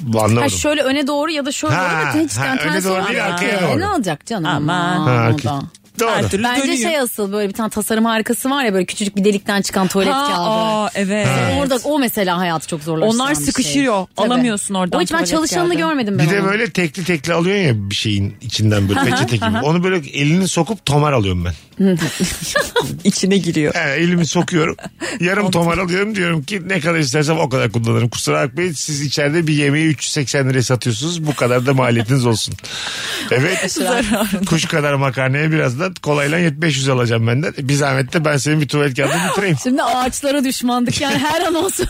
Speaker 3: Bu Anlamadım.
Speaker 4: Ha şöyle öne doğru ya da şöyle
Speaker 3: Ha,
Speaker 4: doğru da hiç
Speaker 3: ha,
Speaker 4: yani
Speaker 3: öne
Speaker 4: tersi
Speaker 3: doğru
Speaker 4: olan-
Speaker 3: değil, arkaya
Speaker 4: Aa,
Speaker 3: doğru.
Speaker 4: Ne olacak canım?
Speaker 5: Aman.
Speaker 4: Aman.
Speaker 3: Ha,
Speaker 4: o
Speaker 3: ki-
Speaker 4: da.
Speaker 3: Doğru.
Speaker 5: Her türlü
Speaker 4: Bence
Speaker 5: dönüyor.
Speaker 4: şey asıl böyle bir tane tasarım harikası var ya böyle küçücük bir delikten çıkan tuvalet
Speaker 5: Ha,
Speaker 4: kağıdı.
Speaker 5: aa, evet.
Speaker 4: Orada o mesela hayatı çok zorlaştıran
Speaker 5: Onlar
Speaker 4: bir şey.
Speaker 5: sıkışıyor. Alamıyorsun oradan
Speaker 4: O hiç ben
Speaker 5: tuvalet
Speaker 4: çalışanını
Speaker 5: kağıdı.
Speaker 4: görmedim ben.
Speaker 3: Bir de
Speaker 4: onu.
Speaker 3: böyle tekli tekli alıyorsun ya bir şeyin içinden böyle peçete gibi. Onu böyle elini sokup tomar alıyorum ben.
Speaker 5: İçine giriyor.
Speaker 3: Evet, elimi sokuyorum. Yarım tomar alıyorum diyorum ki ne kadar istersem o kadar kullanırım. Kusura bakmayın siz içeride bir yemeği 380 liraya satıyorsunuz. Bu kadar da maliyetiniz olsun. Evet. Kuş kadar makarnaya biraz da kolayla 7500 alacağım benden. Bir zahmet de ben senin bir tuvalet kağıdını bitireyim.
Speaker 4: Şimdi ağaçlara düşmandık yani her an olsun.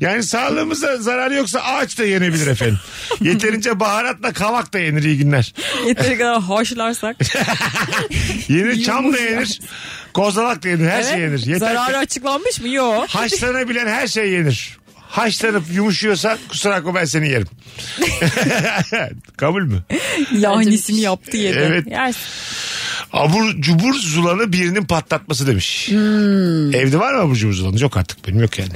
Speaker 3: Yani sağlığımıza zararı yoksa ağaç da yenebilir efendim. Yeterince baharatla kavak da yenir iyi günler.
Speaker 5: Yeteri kadar haşlarsak.
Speaker 3: Yenir çam da yenir. Kozalak da yenir. Her şey yenir. Yeter ki-
Speaker 5: Zararı açıklanmış mı? Yok.
Speaker 3: Haşlanabilen her şey yenir. Haşlanıp yumuşuyorsan kusura bakma ben seni yerim. Kabul mü?
Speaker 5: Lanisini
Speaker 4: şey.
Speaker 5: yaptı yedi.
Speaker 3: Evet.
Speaker 5: Yersin.
Speaker 3: Abur cubur zulanı birinin patlatması demiş. Evde var mı abur cubur zulanı? Yok artık benim yok yani.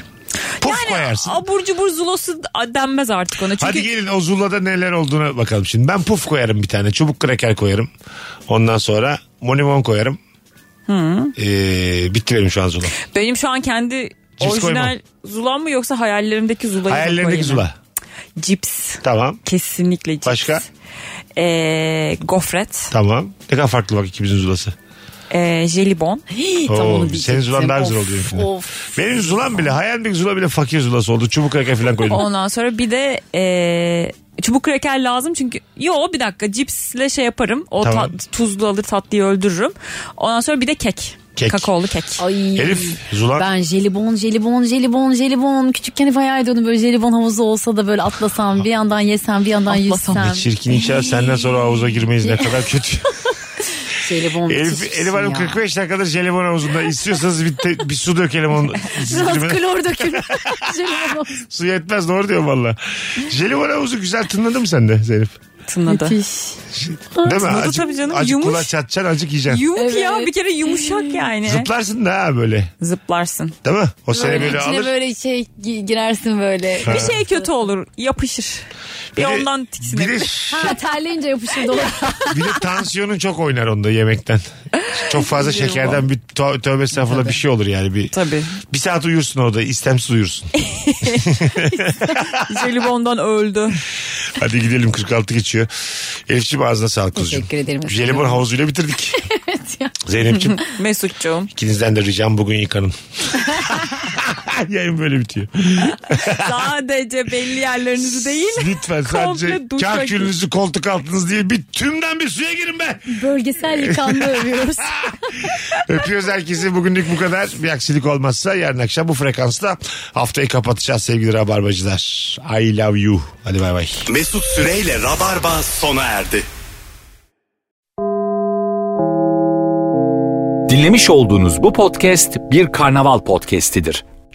Speaker 3: Puf koyarsın.
Speaker 5: Abur cubur zulosu denmez artık ona. Çünkü
Speaker 3: Hadi gelin o zulada neler olduğunu bakalım şimdi. Ben puf koyarım bir tane. Çubuk kraker koyarım. Ondan sonra monimon koyarım. Ee, bitti benim şu an zula.
Speaker 5: benim şu an kendi
Speaker 3: Cips
Speaker 5: orijinal zulam mı yoksa hayallerimdeki zulayı mı
Speaker 3: Hayallerindeki
Speaker 5: koyayım?
Speaker 3: zula.
Speaker 5: Cips.
Speaker 3: Tamam.
Speaker 5: Kesinlikle cips.
Speaker 3: Başka?
Speaker 5: Ee, gofret.
Speaker 3: Tamam. Ne kadar farklı bak ikimizin zulası.
Speaker 5: Ee, jelibon.
Speaker 3: Oo,
Speaker 4: Tam onu
Speaker 3: senin
Speaker 4: diyecektim.
Speaker 3: zulan daha güzel
Speaker 4: Of,
Speaker 3: oluyor. şimdi.
Speaker 4: of.
Speaker 3: Benim zulam bile hayalimdeki zula bile fakir zulası oldu. Çubuk kraker falan koydum.
Speaker 5: Ondan sonra bir de ee, çubuk kraker lazım çünkü yo bir dakika cipsle şey yaparım. O
Speaker 3: Tamam.
Speaker 5: tat- tuzlu alır tatlıyı öldürürüm. Ondan sonra bir de kek.
Speaker 3: Kek.
Speaker 5: Kakaolu kek.
Speaker 4: Ay.
Speaker 3: Elif zulan.
Speaker 4: Ben jelibon, jelibon, jelibon, jelibon. Küçükken hep hayal ediyordum böyle jelibon havuzu olsa da böyle atlasam, bir yandan yesem, bir yandan
Speaker 5: Atlasam.
Speaker 3: Ne
Speaker 4: yüzsem.
Speaker 3: çirkin inşallah senden sonra havuza girmeyiz ne kadar kötü.
Speaker 4: Jelibon
Speaker 3: Elif,
Speaker 4: müthişsin
Speaker 3: Elif Hanım
Speaker 4: ya.
Speaker 3: 45 dakikadır jelibon havuzunda. İstiyorsanız bir, te- bir su dökelim onu. Siz
Speaker 4: Biraz
Speaker 3: girmeden-
Speaker 4: klor dökülür. jelibon havuzu.
Speaker 3: Su yetmez doğru diyor valla. Jelibon havuzu güzel tınladı mı sende Zeynep?
Speaker 5: Tınladı.
Speaker 4: Müthiş.
Speaker 3: Değil mi?
Speaker 5: Tadı
Speaker 3: Azıcık,
Speaker 5: tabii canım,
Speaker 3: azıcık
Speaker 5: yumuş.
Speaker 3: kulaç atacaksın azıcık yiyeceksin.
Speaker 5: Yumuk ya
Speaker 4: Evet.
Speaker 5: bir kere yumuşak yani.
Speaker 3: Zıplarsın da ha böyle.
Speaker 5: Zıplarsın.
Speaker 3: Değil mi? O seni böyle
Speaker 4: içine
Speaker 3: alır.
Speaker 4: böyle şey gi- girersin böyle.
Speaker 5: Bir şey kötü olur yapışır. Bir,
Speaker 3: de-
Speaker 5: ondan
Speaker 3: bir
Speaker 5: tiksinir.
Speaker 3: de,
Speaker 4: Ha terleyince yapışır dolar.
Speaker 3: bir de tansiyonun çok oynar onda yemekten. Çok fazla şekerden bir tö- tövbe estağfurullah bir şey olur yani. Bir,
Speaker 5: Tabii.
Speaker 3: bir saat uyursun orada istemsiz uyursun.
Speaker 5: Jelibondan öldü.
Speaker 3: Hadi gidelim 46 geçiyor. Elif'ciğim ağzına sağlık kuzucuğum.
Speaker 4: Teşekkür ederim.
Speaker 3: Jelibon havuzuyla bitirdik.
Speaker 4: ya.
Speaker 3: Zeynep'ciğim
Speaker 5: Mesutcuğum.
Speaker 3: ikinizden de ricam bugün yıkanın. Yayın böyle bitiyor.
Speaker 5: Sadece belli yerlerinizi değil.
Speaker 3: Lütfen sadece
Speaker 5: komple duşa gir.
Speaker 3: kahkülünüzü koltuk altınız değil bir tümden bir suya girin be.
Speaker 4: Bölgesel yıkanma övüyoruz.
Speaker 3: Öpüyoruz herkesi. Bugünlük bu kadar. Bir aksilik olmazsa yarın akşam bu frekansta haftayı kapatacağız sevgili rabarbacılar. I love you. Hadi bay bay.
Speaker 2: Mesut Süreyle Rabarba sona erdi.
Speaker 1: Dinlemiş olduğunuz bu podcast bir karnaval podcastidir.